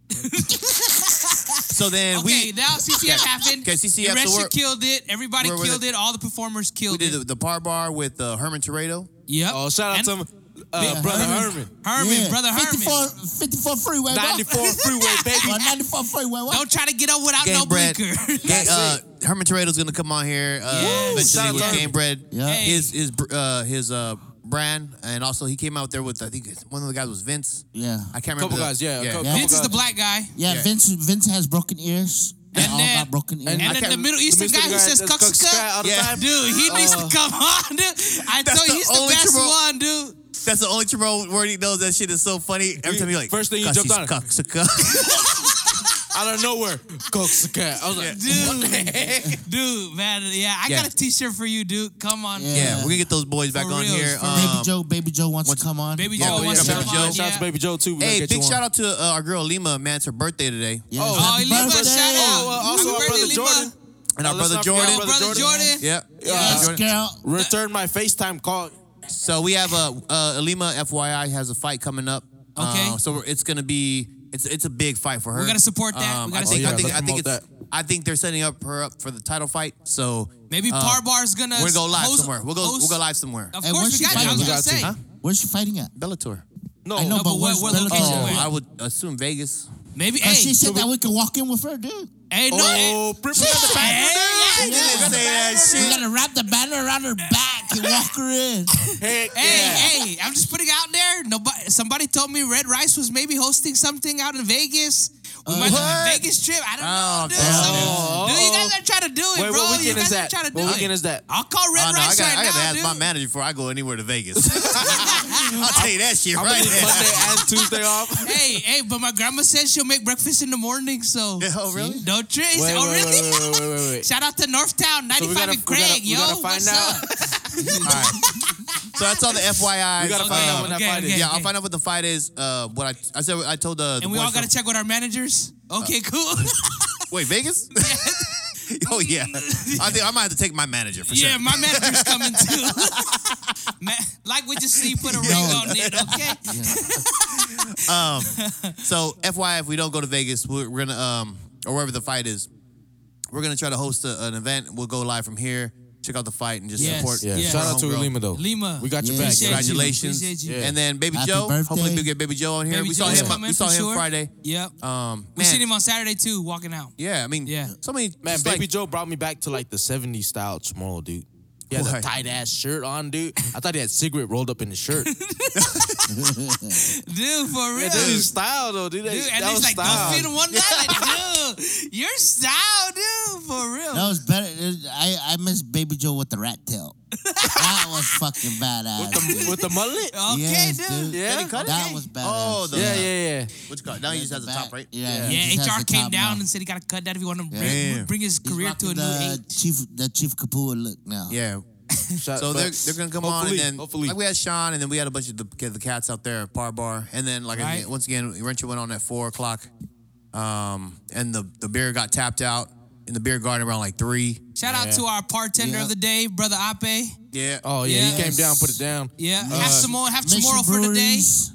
So then
Okay,
we
now CCF happened.
Okay, CCF, so
Eresha
we're-
killed it. Everybody
we're- we're-
killed it. All the performers
we
killed
did
it.
the, the par bar with uh, Herman Torado.
Yep.
Oh, shout out
And
to uh,
Big
brother
Herman.
Herman.
Herman, brother Herman.
54, 54 freeway. bro.
94 freeway
*laughs*
baby.
Well, 94 freeway. What?
Don't try to get up without
Game
no
bread.
blinker. *laughs*
Ga- uh, Herman Torado's gonna come on here uh,
Yes.
eventually
Shout
with
out to
Game Bread.
Yeah. Hey.
His his br- uh, his uh, brand, and also he came out there with I think one of the guys was Vince.
Yeah.
I can't remember.
Couple
the-
guys, yeah. a
yeah.
couple
Yeah.
Vince is the
guys.
black guy.
Yeah,
Yeah.
Vince. Vince has broken ears. They
And
all
then-
got broken ears.
and-
And
I
then
can't-
the Middle Eastern
Middle
guy who says
that
cucks is
guy all
cut.
the
Yeah.
time.
Dude, he needs to come on, dude. I
Oh. That's
tell you,
the
he's the
only
best
Jerome-
one, dude.
That's the only Jerome word he knows. That shit is so funny. Every
He-
time you like
first thing he
"Cuss,
jumped
he's
on it."
cucks, a cuck. *laughs*
Out of nowhere, cucks a cat. I was like,
Dude, dude, man, yeah, I
Yeah.
got a T-shirt for you, dude. Come on,
Yeah.
yeah, we're gonna get those boys back
For
on
real,
here.
for
Um,
Baby Joe. Baby Joe wants to come on.
baby
Yeah,
Joe
we
wants to
got
come on.
Baby Joe.
Oh, yeah.
Shout out to Baby Joe too. We
hey,
gotta get you
big
on.
shout out to uh, our girl Lima, man. It's her birthday today,
Yeah.
Oh,
Oh,
Happy
Lima,
birthday.
shout out.
Oh, uh,
Happy
also our
birthday,
brother
Lima.
Jordan.
and our
Oh, let's
brother
not forget
Jordan.
our
Brother Jordan.
Yep.
uh,
Yeah.
Yes, girl.
Return my FaceTime call.
So we have a uh, Lima, FYI, has a fight coming up.
Okay.
Uh, so we're, it's gonna be it's it's a big fight for her. Um,
gotta support that. We
I
gotta
think
support
I think
that.
I think
Promote
it's I think they're setting up her up for the title fight. So
Maybe
uh,
Par Bar's gonna
We're gonna go live
host-
somewhere. We'll go
host-
we'll go live somewhere.
Of
Hey,
course,
where's
we
she
got you.
fighting?
I was
We
gonna
got
say.
you. Huh?
Where's she fighting at?
Bellator. Oh,
No,
I know,
No,
but
but
where's
what- what
Bellator? Oh,
location? Oh, Where?
I would assume Vegas.
Maybe.
Cause
Hey,
she said that we could walk in with her, dude.
hey, no. hey.
Oh, Prip- we got the
Hey,
back
yeah, dude.
didn't say that
We gotta wrap the banner around her back and walk her in.
Heck yeah.
Hey, hey, I'm just putting it out there. Nobody, somebody told me Red Rice was maybe hosting something out in Vegas. We
Uh,
might have a
what?
Vegas trip. I don't
Oh,
know, dude.
damn.
Something-
Oh,
dude, you
oh,
guys are trying to do it,
Wait,
bro.
what
you
weekend
guys
is
are
that?
trying to do
What
it.
weekend is that?
I'll call Red
Oh, no, I
Rice
got
right
I gotta
now,
ask
dude.
my manager before I go anywhere to Vegas. *laughs* I'll tell you that shit
I'm
right
gonna need Monday
there.
and
*laughs*
Tuesday off. *laughs*
Hey, hey, but my grandma says she'll make breakfast in the morning, so
Oh really?
don't trip.
Wait,
oh,
wait,
really?
wait, wait, wait, wait, wait.
Shout out to Northtown, 95
we gotta-
and
we
Craig,
gotta- we
yo.
gotta find
what's
out.
up?
*laughs* All right. So that's
*laughs*
all the FYI.
We gotta
Uh,
find out when that
okay,
fight
okay.
is.
Yeah, I'll find out what the fight is. Uh, what I I said I told the, the
And we all
boys
got to
from-
check with our managers. Okay, cool.
*laughs*
*laughs*
wait Vegas. *laughs* oh yeah, I think I might have to take my manager for
yeah,
sure.
my manager's coming too. *laughs* Ma- like we just see, put a ring on it, okay?
So FYI, if we don't go to Vegas, we're, we're gonna um or wherever the fight is, we're gonna try to host a, an event. We'll go live from here. Check out the fight and just
Yes,
support.
Yeah. yes.
Shout out to
Homegirl.
Lima though.
Lima.
We got your
Yeah.
back.
Appreciate
bro.
you.
Congratulations,
Appreciate you.
and then Baby
Happy
Joe.
birthday.
Hopefully, we get Baby Joe on here.
Baby
we saw
Joe's
him.
coming
We saw
for
him
sure.
Friday.
Yep.
Um,
we seen
man,
him on Saturday too, walking out.
yeah. I mean,
Yeah.
So many
Man,
just
Baby
like-
Joe brought me back to like the 70s style tomorrow, dude. He had
Why?
a tight ass shirt on, dude. I thought he had cigarette rolled up in
*laughs*
his shirt. Dude,
Dude, for real.
that was style though, dude. That,
Dude,
that
and it's
was
like,
style.
don't fit in one night. Dude, your style, dude, for real.
That was better. I, I miss Baby Joe with the rat tail. That was fucking badass.
with, the, with the
*laughs*
mullet.
okay,
Yes,
dude.
dude.
Yeah.
Did he cut it?
That was badass.
Oh, the-
Yeah, yeah, yeah.
What's it called? Now he just has a
Back-
top right.
Yeah, he
Yeah,
just has
HR
the
came
top
down
now.
and said he got to cut that if he want to
Damn.
bring, bring his
He's
career to a
rocking
new
the
age.
Chief, the Chief Kapua look now.
Yeah.
Uh,
Shot-
So
but
they're, they're gonna come on,
hopefully-
and then
hopefully.
like we had Sean, and then we had a bunch of the, get the cats out there at Par Bar, and then like
Right.
again, once again, Rencher went on at four o'clock, um, and the the beer got tapped out in the beer garden around like three.
Shout out
Yeah.
to our bartender
Yeah.
of the day, brother Ape.
Yeah.
oh yeah,
Yes.
he came down, put it down.
Yeah, have some more, have tomorrow
Mission
for today. *laughs*
Breweries.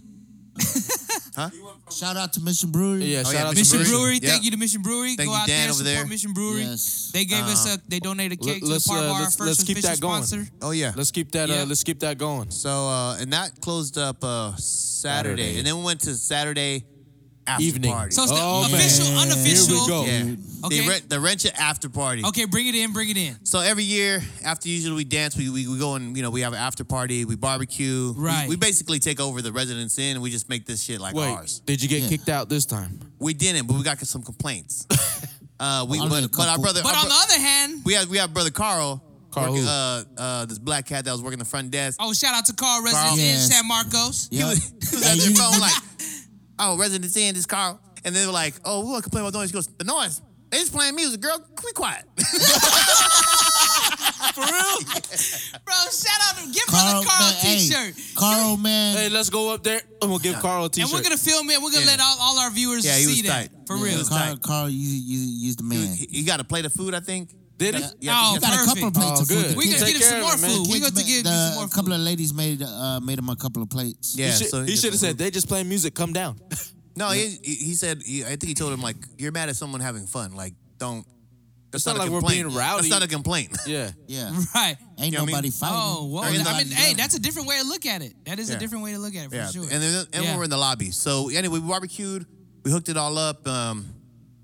Shout out to Mission Brewery.
Yeah, shout
Oh, yeah,
out to
Mission
Mission
Brewery.
Mauricio.
Brewery,
Yeah.
thank you to Mission Brewery.
Thank
Go
you,
out
Dan,
there,
over
support
there.
Mission Brewery.
Yes.
They gave us a, they donated a cake to the
let's,
Par
uh,
Bar, our
let's-
first
let's keep
official
that going.
sponsor.
Oh yeah.
Let's keep that.
Yeah.
Uh, let's keep that going.
So uh, and that closed up uh, Saturday.
Saturday.
and then we went to Saturday after
Evening.
party.
So it's the
Oh, man.
official,
Here we
unofficial.
go.
yeah,
Okay.
they rent the Rencher after party.
Okay, bring it in, bring it in.
So every year, after usually we dance, we, we, we go and you know we have an after party, we barbecue, We-
Right.
We, basically take over the residence inn and we just make this shit like
Wait,
ours.
did you get
Yeah.
kicked out this time?
We didn't, but we got some complaints. uh, we
Only a
but, but our
couple.
brother,
But
our
on the
bro-
other hand,
we had we had brother Carl,
Carl
working,
who?
uh uh this black cat that was working the front desk.
oh, shout out to Carl Residence
Carl.
in
Yes.
San Marcos.
He
*laughs* Yeah.
was, he was at their phone like, oh, residence inn, this Carl, and they were like, oh, we want to complain about noise. He goes, the noise. They just playing music, girl. Be quiet. *laughs*
For real? Bro, shout out to give
Carl,
brother Carl
man,
a
hey,
t-shirt.
Carl, man.
Hey, let's go up there and we'll give Carl a t-shirt.
And we're gonna film it. We're gonna
Yeah.
let all, all our viewers
Yeah, he was
see that.
tight.
For
Yeah, he
real.
was tight.
Carl, Carl, you, you, you the man.
He, he got a plate of food, I think.
Did he?
Yeah, yeah,
Oh,
he
You got a couple
Perfect.
of plates
Oh,
of food.
good.
The
We're gonna
kids-
Take
get him
care
some
of
more
it, man.
food. We're
kids
gonna
made-
give him
the-
some more
A couple
food.
of ladies made uh, made him a couple of plates.
Yeah,
he should,
so
he
gets
should
the
have said they just playing music. Come down.
No, he, he he said. He, I think he told him like you're mad at someone having fun. Like don't. That's
It's not
a
like we're
complaint.
being rowdy.
That's not a complaint. *laughs*
yeah.
*laughs*
Yeah,
Right.
ain't
You know what I mean?
nobody fighting.
Oh, whoa.
Or in the
I mean,
lobby.
hey, that's a different way to look at it. That is
Yeah.
a different way to look at it for
yeah,
sure.
and then and
Yeah.
we were in the lobby. So anyway, we barbecued. We hooked it all up. Um,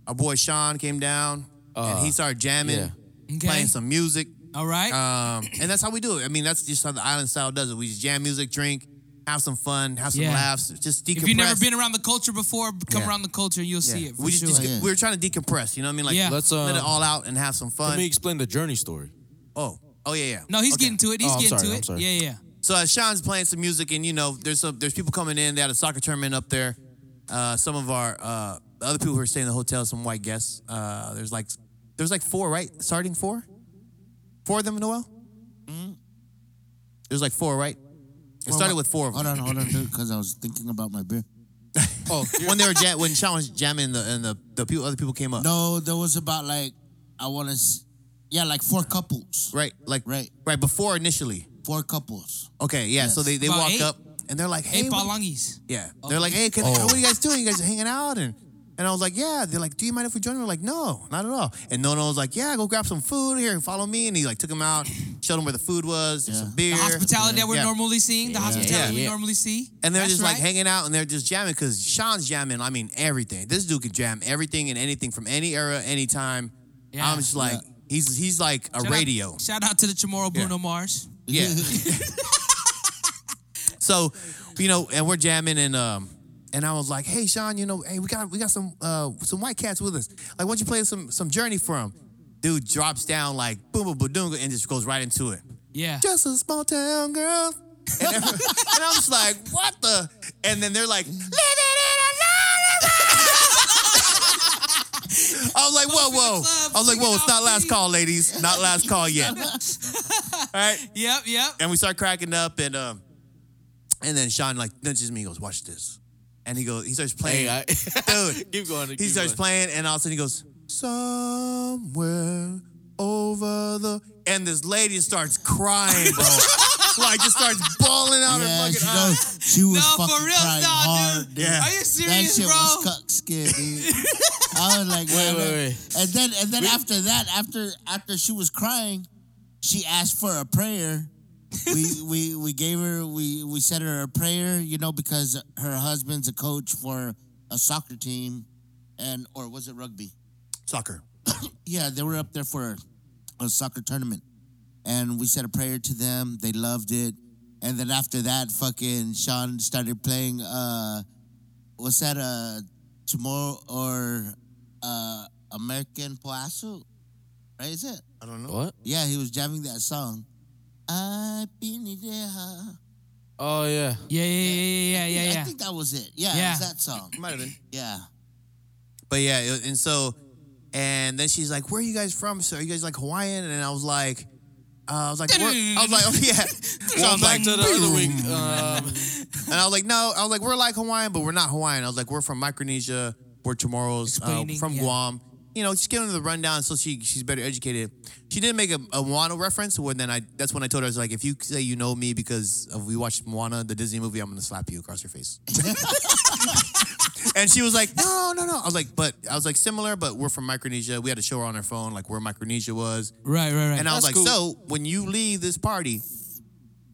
our boy Sean came down and
Uh,
he started jamming,
yeah. Okay.
playing some music.
all right.
Um, and that's how we do it. I mean, that's just how the island style does it. We just jam music, drink, have some fun, have some
Yeah.
laughs, just decompress.
if you've never been around the culture before, come
Yeah.
around the culture and you'll see
yeah.
it. For
we just,
sure.
just-
Yeah.
we were trying to decompress. You know what I mean? Like
Yeah.
Let's,
let it
um,
all out and have some
Let
fun.
me explain the journey story.
oh, oh yeah, yeah.
no, he's
Okay.
getting to it. He's
Oh, I'm
getting
sorry,
to
I'm
it.
sorry.
Yeah, yeah.
So uh, Sean's playing some music, and you know, there's some, there's people coming in. They had a soccer tournament up there. Uh, some of our uh, other people who are staying in the hotel, some white guests. Uh, there's like there's like four, right? Starting four, four of them, Noel. There's like four, right? It started with four of
Hold
them.
on, hold on, because I was thinking about my beer.
Oh,
*laughs* When they were jam- when Sean was jamming, and the and the, the people, other people came up,
No, there was about like I want to, yeah, like four couples,
right? Like
Right.
right before initially.
four couples.
Okay, yeah. So
Yes.
they they
About
walk
eight.
up and they're like, hey,
Hey,
what-
Balongis.
Yeah. They're like, hey, can, what are you guys doing? You guys are hanging out? And and I was like, yeah. They're like, do you mind if we join? We're like, no, not at all. And Nono was like, yeah, go grab some food here and follow me. And he like took him out, showed him where the food was, and some beer.
The hospitality that we're
Yeah.
normally seeing, the hospitality we
yeah.
normally see.
And they're
That's
just like
right.
hanging out and they're just jamming because Sean's jamming. I mean, everything. This dude can jam everything and anything from any era, anytime.
Yeah.
I'm just like, he's he's like a
Shout out-
radio.
*laughs* shout out to the Chamorro Bruno Mars.
Yeah. so, you know, and we're jamming and um and I was like, "Hey Sean, you know, hey, we got we got some uh some white cats with us. Like, why don't you play some some Journey for 'em?" Dude drops down like boom boom boom doom, and just goes right into it.
Yeah.
Just a small town girl. *laughs* And, every- and I'm just like, "What the?" And then they're like, "Living in a la, la, la." I was like, whoa, whoa.
club,
I was like, whoa,
singing
it's not
off
last
key.
call, ladies. Not last
*laughs*
call yet. All right
Yep, yep.
and we start cracking up and um and then Sean like nudges me, he goes, Watch this. And he goes, he starts playing.
Hey, I- *laughs*
dude.
Keep going,
He
keep
starts
going.
playing and all of a sudden he goes, Somewhere over the and this lady starts crying, *laughs* bro. like just starts bawling out
yeah,
her
she
fucking eyes.
goes, she was
No,
fucking
for real,
crying
no,
hard.
dude.
dude.
Yeah.
Are you
That
serious,
shit
bro?
was cuck scared, dude. *laughs* I was like,
Wait,
man,
wait,
man.
wait.
And then, and then after that, after after she was crying, she asked for a prayer. we, we we gave her we we said her a prayer, you know, because her husband's a coach for a soccer team, and or was it rugby?
Soccer.
Yeah, they were up there for a soccer tournament, and we said a prayer to them. They loved it, and then after that, fucking Sean started playing. uh What's that? Uh, tomorrow or uh American Poasso? Right? Is it?
I don't know.
what?
Yeah, he was jamming that song. I been there.
Oh yeah.
Yeah, yeah, yeah, yeah, yeah, yeah.
I think that was it. Yeah,
Yeah.
it was that song.
Might have been.
Yeah.
But yeah, it- and so, and then she's like, "Where are you guys from? So are you guys like Hawaiian?" And I was like, Uh, I was like, work. I was like, *laughs* oh yeah. So I
Well,
was
back
like,
to the other week. Um,
and I was like, no. I was like, we're like Hawaiian, but we're not Hawaiian. I was like, we're from Micronesia. We're tomorrow's uh,
Explaining,
from
yeah.
Guam. You know, just giving her the rundown so she she's better educated. She did make a, a Moana reference. When then I that's when I told her I was like, if you say you know me because of we watched Moana, the Disney movie, I'm gonna slap you across your face. *laughs* and she was like, no, no, no. I was like, but I was like similar, but we're from Micronesia. We had to show her on her phone like where Micronesia was.
Right, right, right.
And I was like,
That's cool.
so when you leave this party,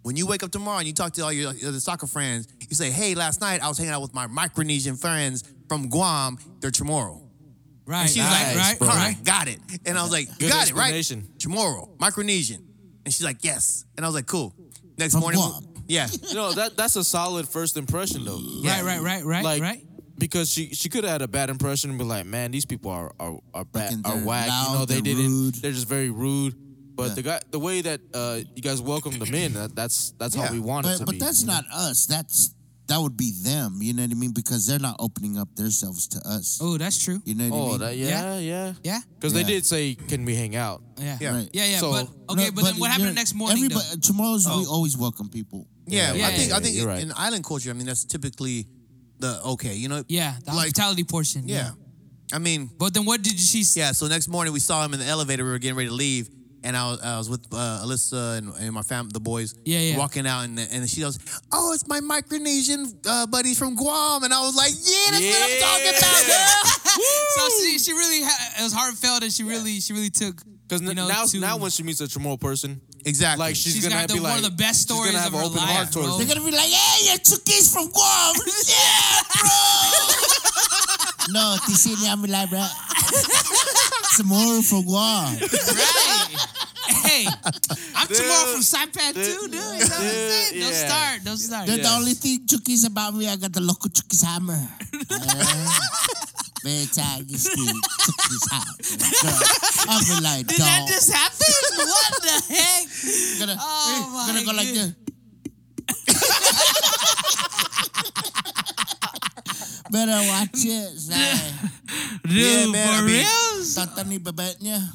when you wake up tomorrow and you talk to all your other soccer friends, you say, hey, last night I was hanging out with my Micronesian friends from Guam. They're tomorrow.
right,
She was
right,
like,
right,
all
right.
right, got it. And I was like,
Good
got it, right?
explanation.
Tomorrow, Micronesian. And she's like, yes. And I was like, cool. Next
From
morning,
Guam.
yeah.
you know that that's a solid first impression though.
Right, right, right, right,
like
right.
because she she could have had a bad impression and be like, man, these people are are are, bad,
Fucking
are
they're
whack.
loud,
you know, they
they're
didn't.
rude.
They're just very rude. But the guy, the way that uh, you guys welcome them in, that, that's that's
Yeah.
how we want it
But
to
but
be.
that's not us. That's that would be them. You know what I mean? Because they're not opening up themselves to us.
Oh, that's true.
You know what I
Oh,
mean?
that,
Yeah.
yeah, yeah,
Yeah,
Because
Yeah.
they did say, "Can we hang out?"
yeah,
Yeah.
yeah,
Right.
yeah.
So-
but okay,
No,
but, then what happened
you're-
next morning? though?
Everybody, tomorrow's we
Oh.
always welcome people.
Yeah,
Yeah,
I think
yeah,
I think
you're right.
in island culture, I mean, that's typically the okay, you know?
Yeah, the
like,
hospitality portion.
yeah. I mean,
But then what did she? s-
Yeah, so next morning we saw him in the elevator. We were getting ready to leave, and I was, I was with uh, Alyssa and, and my fam, the boys.
Yeah, yeah.
Walking out, and and she goes, "Oh, it's my Micronesian uh, buddies from Guam," and I was like, "Yeah, that's what I'm talking about." girl."
So she, she really ha- it was heartfelt, and she really she really took
Because
you know,
now,
to-
now when she meets a Chamorro person,
Exactly.
like she's,
She's
gonna
got
have
the-
be
one
like
of the best
she's gonna
stories
have
of her
open
life,
heart towards
bro.
They're
them.
gonna be like, "Hey, your chickies from
*laughs*
Guam, yeah, bro." no, they see me, I'm like, bro. Some more from Guam.
right. *laughs* hey, I'm tomorrow
Dude.
from Saipan too, dude. You know what I'm saying?
Dude,
Don't
yeah.
start, don't start.
They're the
Yes.
only thing chickies about me. I got the local chickies hammer. Uh, Very tiny skin, chickies hammer. I'm like,
Did that
dog.
just happen? what the heck?
gonna, eh,
Oh, my
gonna go like
goodness. *laughs*
this. Better watch it, say.
Dude,
man,
for
I mean-
reals?
Tonton ni babatnya.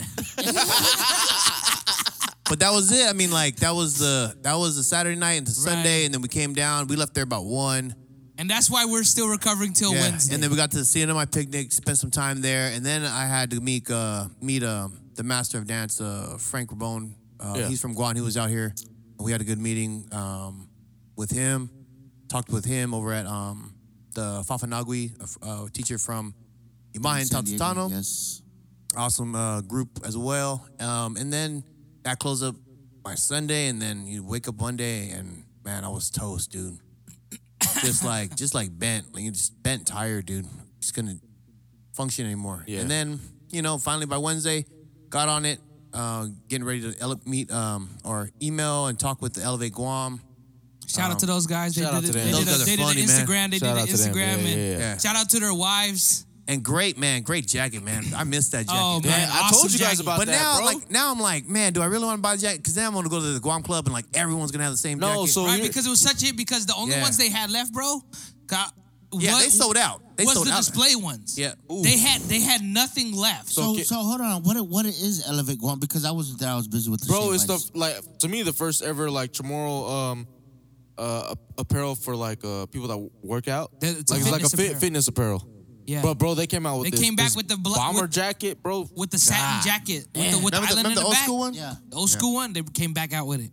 but that was it. I mean, like that was the that was the Saturday night into Sunday, and then we came down. We left there about one.
And that's why we're still recovering till
Yeah.
Wednesday.
And then we got to the CNMI picnic, spent some time there, and then I had to meet uh, meet uh, the master of dance, uh, Frank Rabone. Uh,
Yeah.
He's from Guam. He was out here. We had a good meeting um, with him. Talked with him over at um, the Fafanagui, a f- a teacher from Imayan
San Diego,
Tatsitano.
Yes.
Awesome uh, group as well. Um, and then that closed up by Sunday, and then you wake up one day and man, I was toast, dude. *coughs* just like just like bent, like you just bent, tired, dude. Just couldn't function anymore.
Yeah.
And then you know, finally by Wednesday, got on it, uh, getting ready to ele- meet um, or email and talk with the Elevate Guam.
Shout out to those guys. They
shout out
did it.
to them.
They
Those
did,
guys
a,
are
they did
funny,
an
man.
Instagram. They
Shout
did an
out to them.
Instagram.
Yeah,
and
yeah, yeah.
Yeah.
Shout out to their wives.
And great man, great jacket, man. I missed that jacket.
Oh, man.
Man, I told
awesome
you guys
jacket.
about
But
that,
now,
bro.
like now, I'm like, man, do I really want to buy the jacket? Because then I'm gonna go to the Guam club and like everyone's gonna have the same
No,
jacket.
so
right?
you-
Because it was such a because the only
Yeah.
ones they had left, bro, got,
yeah,
what,
they sold out. They
was
sold
the
out.
display ones.
Yeah. Ooh.
They had they had nothing left.
So,
Okay.
so hold on. What what is Elevate Guam? Because I wasn't there. I was busy with the
bro, it's
shit,
the
like-
like to me the first ever like Chamorro um uh apparel for like uh people that work out.
That- it's a
like it's like a
fitness
fit,
apparel.
fitness apparel.
yeah.
But bro, they came out with
They
this,
came back
this
with the bla-
bomber
with-
jacket, bro.
with the satin
God.
jacket, with the, with the
Remember the,
island
remember
in
the
the,
old
back.
school one?
Yeah.
The old school one, they came back out with it.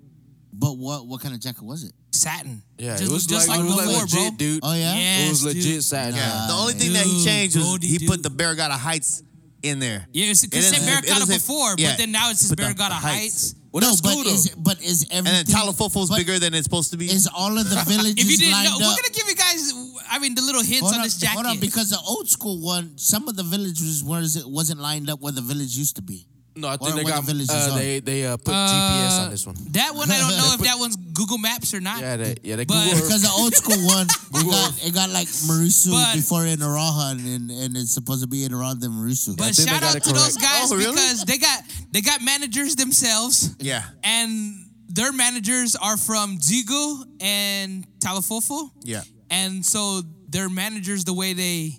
But what what kind of jacket was it?
Satin.
Yeah,
just,
it was
just
like,
like,
it was
before,
like legit,
bro.
dude.
Oh yeah.
Yeah.
It was
Yes, dude.
legit satin.
Yeah. the only thing that he
Dude,
changed was
Brody,
he
dude.
put the Barragata Heights in there.
Yeah, it's
It
because it
doesn't-
said
it
Barricada
doesn't-
before,
yeah.
but then now it says
But the-
Barricada
the
Heights.
heights.
Well,
no,
that's
but
cool though.
is but is everything?
And then Talafofo's
but
bigger than it's supposed to be.
Is all of the villages
*laughs* If you didn't
lined
know, we're
up?
gonna give you guys, I mean, the little hints
Hold
on,
on,
this jacket.
hold on, because the old school one, some of the villages was it wasn't lined up where the village used to be.
No, I
Or
think they
what
got
the village is
uh,
on.
they they uh, put GPS
Uh,
on this one.
That one, I don't know if that one's Google Maps or not.
Yeah, they yeah they
But-
Google Earth.
Because the old school
*laughs*
one, it got, it got like Marisu
But-
before Inaraha, and and it's supposed to be Inaraha than Marisu.
but
think they
shout
got
out
it
to those
correct.
guys
Oh, really?
because they got they got managers themselves,
yeah.
and their managers are from Zigo and Talafofo.
Yeah.
and so their managers the way they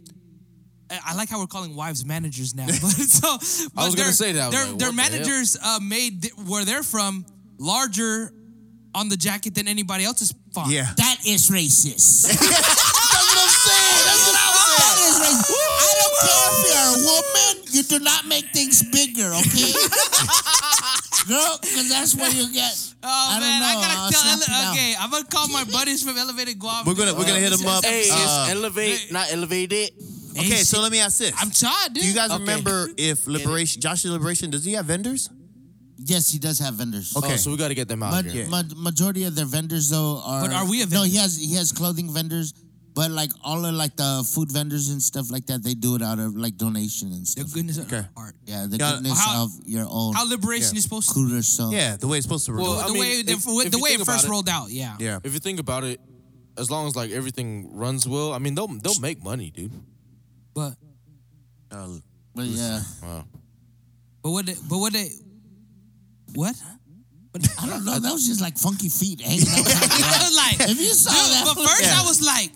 I I like how we're calling wives managers now. *laughs* But so but
was gonna
their-
say that. I was
Their,
like,
their
what the hell?
managers uh, made th- where they're from larger on the jacket than anybody else's font.
Yeah.
That is racist.
That's what I'm saying. That's what I'm saying.
That is racist. I don't care if you're a woman. You do not make things bigger, okay? Girl, because that's what you get.
Oh
I don't
man, I
know.
gotta
I'll
tell.
snap it
Ele-
out.
okay, I'm gonna call my buddies from Elevated Guava.
We're gonna-
dude.
we're gonna hit 'em up.
Hey,
Uh,
it's elevate, not elevate it.
Okay, so let me ask this.
I'm tired, dude.
Do you guys
*laughs*
Okay.
remember if Liberation, Joshua Liberation, does he have vendors?
Oh.
Yes, he does have vendors.
Okay.
Oh, so we got to get them out
But
here.
ma- majority of their vendors though are.
But are we a
No, he has he has clothing vendors, but like all of like the food vendors and stuff like that, they do it out of like donation and
the
stuff.
goodness of
Okay.
art.
Yeah, the
Yeah,
goodness
how-
of your own
How liberation
Yeah.
is supposed to.
cooler self.
Yeah, the way it's supposed to work.
Well,
The
I mean,
way the,
if-
the,
if you
way
think
it first
about it-
rolled out, yeah.
yeah.
If you think about it, as long as like everything runs well, I mean they'll they'll make money, dude.
But
Uh,
But yeah,
Wow.
but what? They, but what? They,
*laughs*
what?
I don't know. That was just like funky feet. Hey, that was
*laughs*
like-
like,
If you saw
dude,
that-
but first
Yeah.
I was like,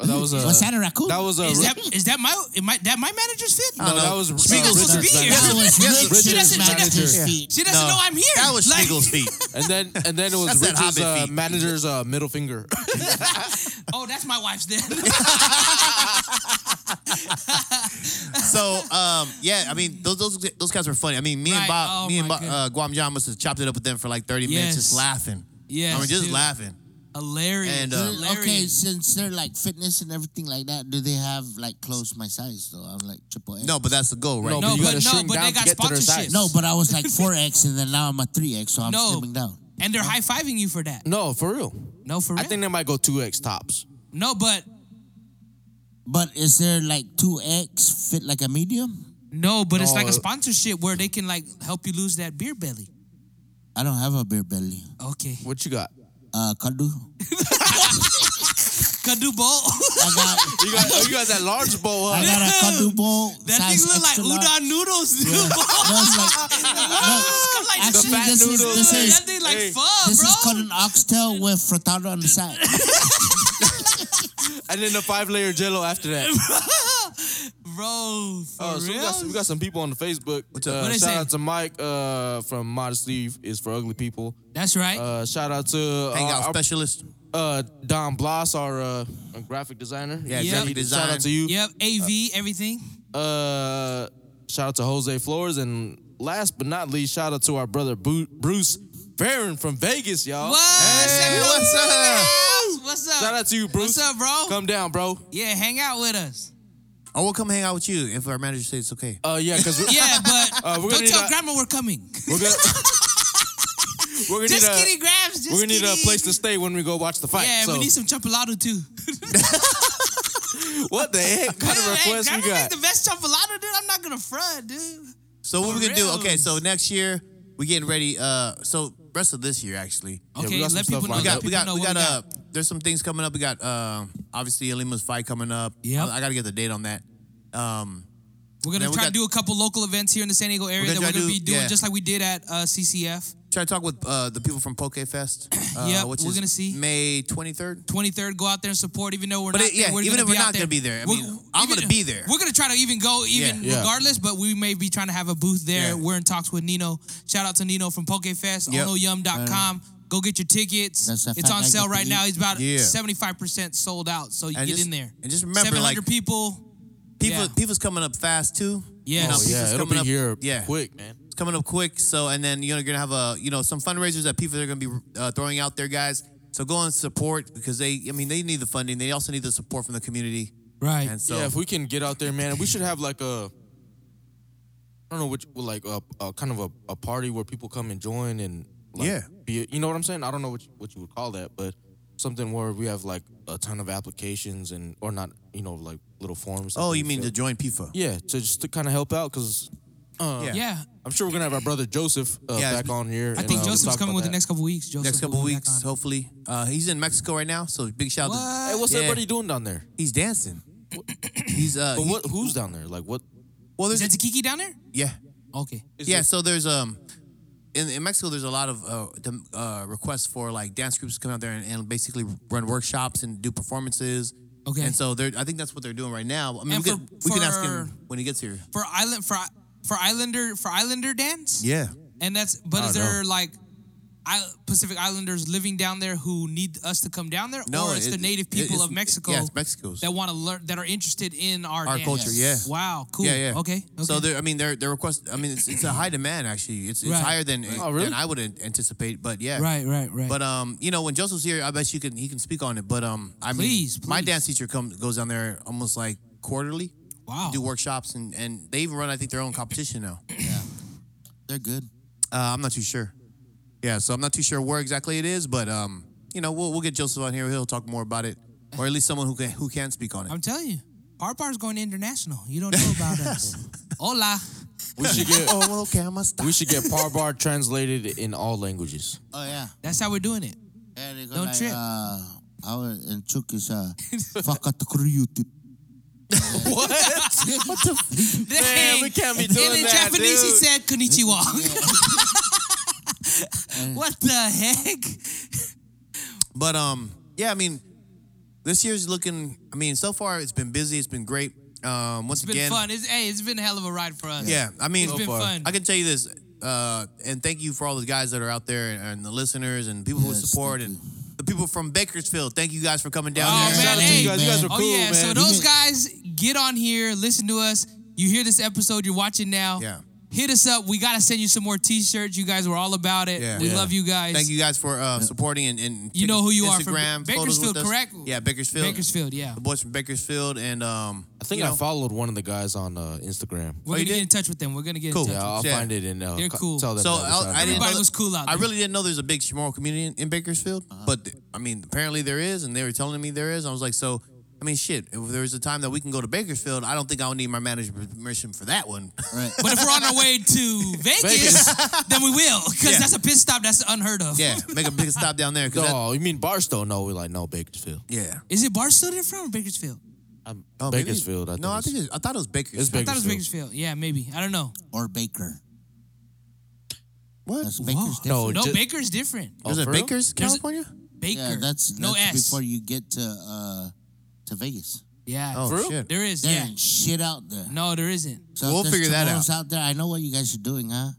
Oh, that was a
Was that a raccoon?
That was a
is that is that my am I- that my manager's fit?
no, that was
Spiegel's
uh,
supposed to be *laughs*
Richard's
here.
that
manager.
was
Yes,
Richard's
she doesn't- she
manager's
doesn't-
feet.
She doesn't know I'm here.
That was
Like,
Spiegel's feet.
And then and then it was
That's that
Richard's
hobbit
uh,
feet.
manager's uh, middle finger.
*laughs* Oh, that's my wife's
*laughs*
then.
So um, yeah, I mean those those those guys were funny. I mean me and
Right.
Bob,
Oh,
me and
my
Bob, uh, Guam John must have chopped it up with them for like thirty minutes, just
Yes.
laughing.
Yes,
I mean just
dude.
laughing.
Hilarious.
And, uh,
Hilarious.
Okay, since they're like fitness and everything like that, do they have like clothes my size though? I'm like triple X.
No, but that's the goal, right?
No,
No,
but you
but
gotta
no,
shrink
but they
down to
got
get to their size.
sponsorships.
no, but I was like four X and then now I'm a three X, so I'm
No.
slimming down.
And they're high fiving you for that.
No, for real.
No, for real.
I think they might go two X tops.
no, but
But is there like two X fit like a medium?
no, but it's
No,
like a
uh,
sponsorship where they can like help you lose that beer belly.
I don't have a beer belly.
Okay.
What you
*laughs*
got?
Uh, kadu.
Kadu bowl. *laughs*
I got,
You got oh, you got that large bowl.
I
Huh?
got a kadu bowl.
that
size
thing look like
extra large.
udon noodles, dude. *laughs*
Yeah.
Bro.
No, it's
*laughs*
like-
Come like
actually,
fat
this is
noodles.
this is
that thing like
hey,
fuck,
this
bro.
is called an oxtail with frittata on the side.
And then the five layer jello after
*laughs*
that.
*laughs* bro, for
Oh, so we
real.
got, some, we got some people on the Facebook. Uh,
What they
shout
say?
out to Mike uh, from Modest Leaf is for ugly people.
That's right.
Uh, shout out to
Hangout
uh,
specialist.
our, uh, Don Blas, our uh, graphic designer.
Yeah,
Yep.
graphic design.
Shout out to you.
yep, AV, everything.
Uh, shout out to Jose Flores, and last but not least, shout out to our brother Bu- Bruce Farron from Vegas, y'all.
What? Hey,
what's up?
What's up?
Shout out to you, Bruce.
What's up, bro?
Come down, bro.
Yeah, hang out with us.
I will Oh, come hang out with you if our manager says it's okay.
Uh, yeah, cause
*laughs*
we're,
Yeah, but
Uh, we're gonna
don't
need
tell
a-
grandma we're
*laughs*
coming.
we're
*laughs*
gonna we're gonna
Just
need
kidding,
a
Grabs. Just
we're gonna need a
kidding.
place to stay when we go watch the fight.
Yeah,
so
we need some chapalado too. *laughs*
what the heck kind of
Hey,
request we
grandma make
got?
the best chapalado, dude. I'm not gonna front, dude.
So what
For
we gonna do?
real.
Okay, so next year we getting ready. Uh, so rest of this year actually.
we
Okay,
got some
let
stuff
people know.
we
lined
Oh, let
got
up.
we
people
got
know
we
what
got uh there's some things coming up. We got um obviously Elima's fight coming up.
Yep.
I gotta get the date on that. Um
We're gonna
Then we
try to
got-
do a couple local events here in the San Diego area
We're
that
gonna
we're
try
gonna be
to do-
doing
yeah.
just like we did at uh, CCF.
try to talk with uh the people from Poke
*clears throat*
Fest. Uh,
Yep,
which
we're
is
gonna see.
May twenty third.
23rd, go out there and support, even though we're
But
not.
it- yeah,
there,
even
gonna
if we're
be out
not gonna be there, I
We're-
mean, I'm
even-
gonna be there.
We're gonna try to even go, even
Yeah. Yeah.
regardless. But we may be trying to have a booth there.
Yeah.
We're in talks with Nino. Shout out to Nino from PokeFest,
Yep.
onoyum.com. Go get your tickets.
That's a
It's
fact,
on
I
sale
get to
right now.
eat.
He's about
Yeah.
75% sold out. So you
And
get
just-
in there.
and just remember,
700
like-
people.
People
Yeah.
people's coming up fast too.
Yes.
You know,
Oh,
Oh,
people's
yeah, it'll
coming
be
up-
here
yeah.
quick, man.
It's coming up quick. So, and then you know, you're gonna have a you know some fundraisers that people are gonna be uh, throwing out there, guys. So go and support because they, I mean, they need the funding. They also need the support from the community.
Right.
And so,
yeah, if we can get out there, man, we should have like a. I don't know which, like a, a kind of a, a party where people come and join and like,
Yeah.
be, you know what I'm saying. I don't know what you, what you would call that, but something where we have like a ton of applications and or not, you know, like little forms. that
oh,
we
you mean
fill.
to join PIFA?
yeah, to just to kind of help out because
yeah.
yeah.
I'm sure we're gonna have our brother Joseph uh,
Yeah,
back on here. uh,
I think Joseph's coming with
that.
the next couple weeks. Joseph
Next couple
will be back
weeks,
on.
hopefully. Uh, he's in Mexico right now, so big shout out.
Hey, what's
Yeah.
everybody doing down there?
to He's dancing. He's uh,
But
he-
what? Who's down there? Like what?
well,
Is
there's
that Takiki down there?
yeah,
Okay.
yeah. So there's um, in, in Mexico, there's a lot of uh, dem- uh requests for like dance groups to come out there and, and basically run workshops and do performances.
Okay.
And so they're, I think that's what they're doing right now. I mean, we,
And
could,
for-
we can ask
for-
him when he gets here.
For Island for for Islander for Islander dance?
Yeah.
And that's but
I
is
don't
there like I, Pacific Islanders living down there who need us to come down there,
No,
or it's
it-
the native
it-
people
it's-
of Mexico,
yeah, it's Mexico's.
that want to learn that are interested in our,
Our
dance.
culture, yeah.
Wow, cool.
Yeah, yeah.
Okay. okay.
So they're, I mean, they're they're request. I mean, it's, it's a high demand actually. It's, it's
Right.
higher than
Oh, really?
than I would an- anticipate. But yeah,
right, right, right.
But um, you know, when Joseph's here, I bet you can he can speak on it. But um, I
Please,
mean, my
please.
dance teacher comes goes down there almost like quarterly,
wow.
do workshops, and and they even run I think their own competition now.
They're good.
Uh, I'm not too sure. Yeah, so I'm not too sure where exactly it is, but um, you know, we'll we'll get Joseph on here. He'll talk more about it, or at least someone who can who can speak on it.
I'm telling you, our bar's going international. You don't know about
*laughs*
us. Hola.
We should get
oh, okay, I'm gonna stop.
we should get par bar translated in all languages.
Oh yeah.
That's how we're doing it.
yeah they go
Don't
like,
trip.
Uh, our in Chuk is uh, Fakatakuruyutu.
What? Man, we can't be doing
and in
that,
Japanese, he
dude.
said
*laughs*
konnichiwa. *laughs* what the heck?
But um, yeah, I mean, this year's looking. I mean, so far it's been busy. It's been great. Um, once
It's been
again,
fun. It's, hey, it's been a hell of a ride for us.
yeah. I mean,
It's been
far.
fun.
I can tell you this, uh, and thank you for all the guys that are out there and, and the listeners and people who
Yes,
support
thank
and the people from Bakersfield. Thank you guys for coming down.
Oh,
here.
man,
Shout out to
hey,
you guys. You guys were
oh,
cool,
yeah.
man.
So
You
those
get-
guys, get on here, listen to us. You hear this episode, you're watching now.
Yeah.
Hit us up. We got to send you some more t shirts. You guys were all about it.
Yeah.
We
Yeah.
love you guys.
Thank you guys for uh, supporting and, and
You know who you are from
Instagram,
Ba-
photos with
Bakersfield,
us.
correct?
Yeah, Bakersfield.
Bakersfield, yeah.
The boys from Bakersfield and um,
I think
you
I
know,
followed one of the guys on uh, Instagram.
We're
Oh, you
going to get
did?
in touch with them. We're going to get
Cool.
in touch.
Yeah, I'll
Yeah.
find it and uh,
They're
co-
cool.
tell them.
So
that we
I'll-
shouted
I
out.
didn't know
Everybody
that-
was cool out
I
there. Uh-huh.
really didn't know there's a big Chamorro community in, in Bakersfield, but I mean, apparently there is, and they were telling me there is. I was like, so. I mean, shit. If there was a time that we can go to Bakersfield, I don't think I would need my manager's permission for
*laughs*
that one.
Right.
But if we're on our way to Vegas, *laughs* then we will, because
Yeah.
that's a pit stop that's unheard of.
yeah, make a big stop down there. 'cause that-
No, you mean Barstow? No, we're like no Bakersfield.
yeah.
Is it Barstow they're from or Bakersfield?
I'm
Oh, maybe-
Bakersfield. I think
no, I
it's-
think it's, I thought it was Bakersfield.
It's
I thought it was
Bakersfield.
Bakersfield. Yeah, maybe. I don't know.
Or Baker.
What?
That's Baker's
Whoa.
different.
No,
No,
ju-
Baker's different.
There's
Oh,
a
for real?
There's
Baker's
a-
California?
Baker.
yeah, that's,
no
that's
S.
before you get to uh, to Vegas.
yeah.
Oh,
real?
shit.
There is.
There
Yeah.
ain't shit out there.
No, there isn't.
So
We'll
if there's
figure that out.
tomorrow's out there, I know what you guys are doing, huh?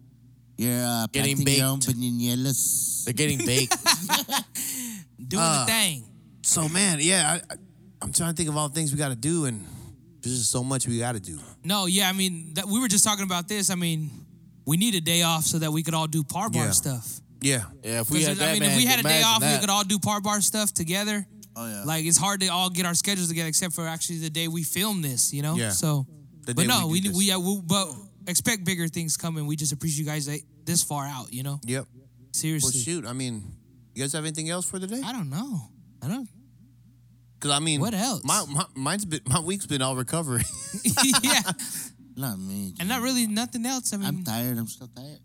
You're uh,
Getting
planting your own
baked.
pininelas.
They're getting baked.
Doing
Uh,
the thing.
So, man, yeah, I, I, I'm trying to think of all the things we got to do, and there's just so much we got to do.
No, yeah, I mean, that, we were just talking about this. I mean, we need a day off so that we could all do par bar
Yeah.
stuff.
Yeah.
yeah, if we
'Cause
had
it-
that,
I mean,
man,
if we had a day
imagine
off,
that.
we could all do par bar stuff together.
Oh yeah.
Like it's hard to all get our schedules together, except for actually the day we film this, you know.
Yeah.
So,
The
but
day
no,
we
we
do
we,
this.
yeah, we but expect bigger things coming. We just appreciate you guys like, this far out, you know.
Yep. Well,
Seriously,
shoot. I mean, you guys have anything else for the day?
I don't know. I don't. *laughs*
Because I mean,
What else?
My, my mine's been my week's been all recovery.
yeah,
Not me.
and not really nothing else. I mean,
I'm tired. I'm still tired.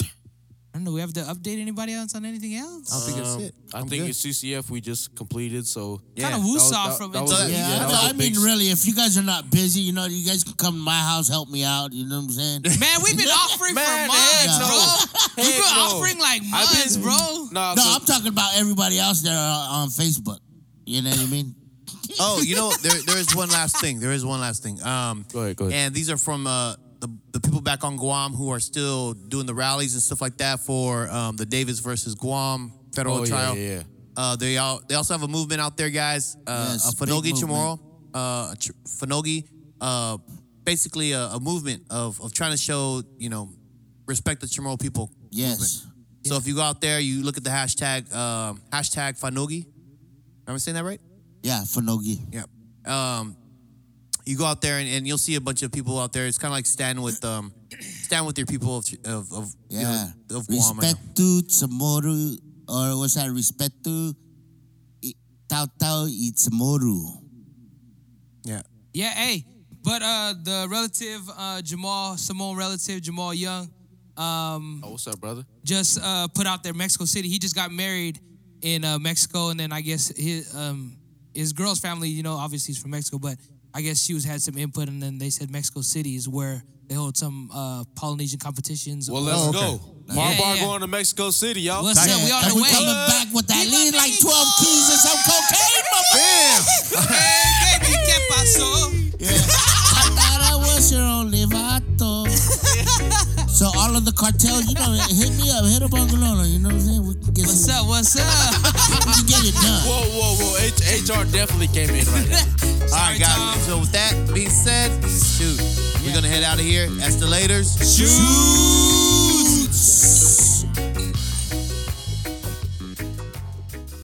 I don't know. We have to update anybody else on anything else.
I don't think
Um,
that's it.
I
I'm
think
good. *laughs*
it's CCF we just completed. So
Yeah.
Kind of woo
That was-
saw
that-
from
that
it.
was a-
too.
Yeah,
Yeah,
that
no,
was a
I mean,
big s-
really, if you guys are not busy, you know, you guys can come to my house, help me out. You know what I'm saying?
*laughs* Man, we've been offering
*laughs* Man,
for months,
heck no.
bro. We've been
Heck no.
offering like
I've been-
months, bro.
No,
no,
so-
I'm talking about everybody else that are on Facebook. You know what
*laughs*
I mean?
Oh, you know, there there is one last thing. There is one last thing. Um,
Go ahead, go ahead.
And these are from uh, the the people back on Guam who are still doing the rallies and stuff like that for um, the Davis versus Guam federal
Oh, yeah,
trial.
yeah, yeah.
Uh, they all they also have a movement out there, guys. Uh,
Yes,
a
big
Fanogi
movement.
Chamorro, uh, a tr- Fanogi, uh, basically a, a movement of of trying to show you know respect the Chamorro people.
Yes.
So if you go out there, you look at the hashtag um, hashtag Fanogi. Am I saying that right?
Yeah, Fanogi.
Yeah. Um, you go out there and, and you'll see a bunch of people out there. It's kind of like stand with um, stand with your people of of of, you
Yeah.
know, of Guam. Right now.
Respetu Tsamoru, or what's that? Respetu i- Tau Tau i Tsamoru.
Yeah.
Yeah, hey. But uh the relative uh Jamal, Simone relative, Jamal Young,
Oh, what's up, brother?
just uh put out there Mexico City. He just got married in uh Mexico and then I guess his um his girl's family, you know, obviously he's from Mexico, but I guess she was had some input and then they said Mexico City is where they hold some uh Polynesian competitions. Oh.
Well,
or-
let's go. Bar
Yeah,
Bar
yeah.
going to Mexico City, y'all.
What's up? We on
And
the
we
way.
coming back with that
Viva
lead like 12
Mexico!
keys and some cocaine,
*laughs*
motherfucker.
Hey, baby, ¿qué pasó? *laughs*
I thought I was your only vato. so all of the cartel, you know, hit me up, hit up Uncle Lolo, you know what I'm saying? We can get,
What's
some-
up? What's up?
we can get it done.
Whoa, whoa, whoa. H- HR definitely came in right now.
All
Sorry,
right, guys.
Tom.
So with that being said, shoot, we're gonna head out of here. That's the laters.
Shoot!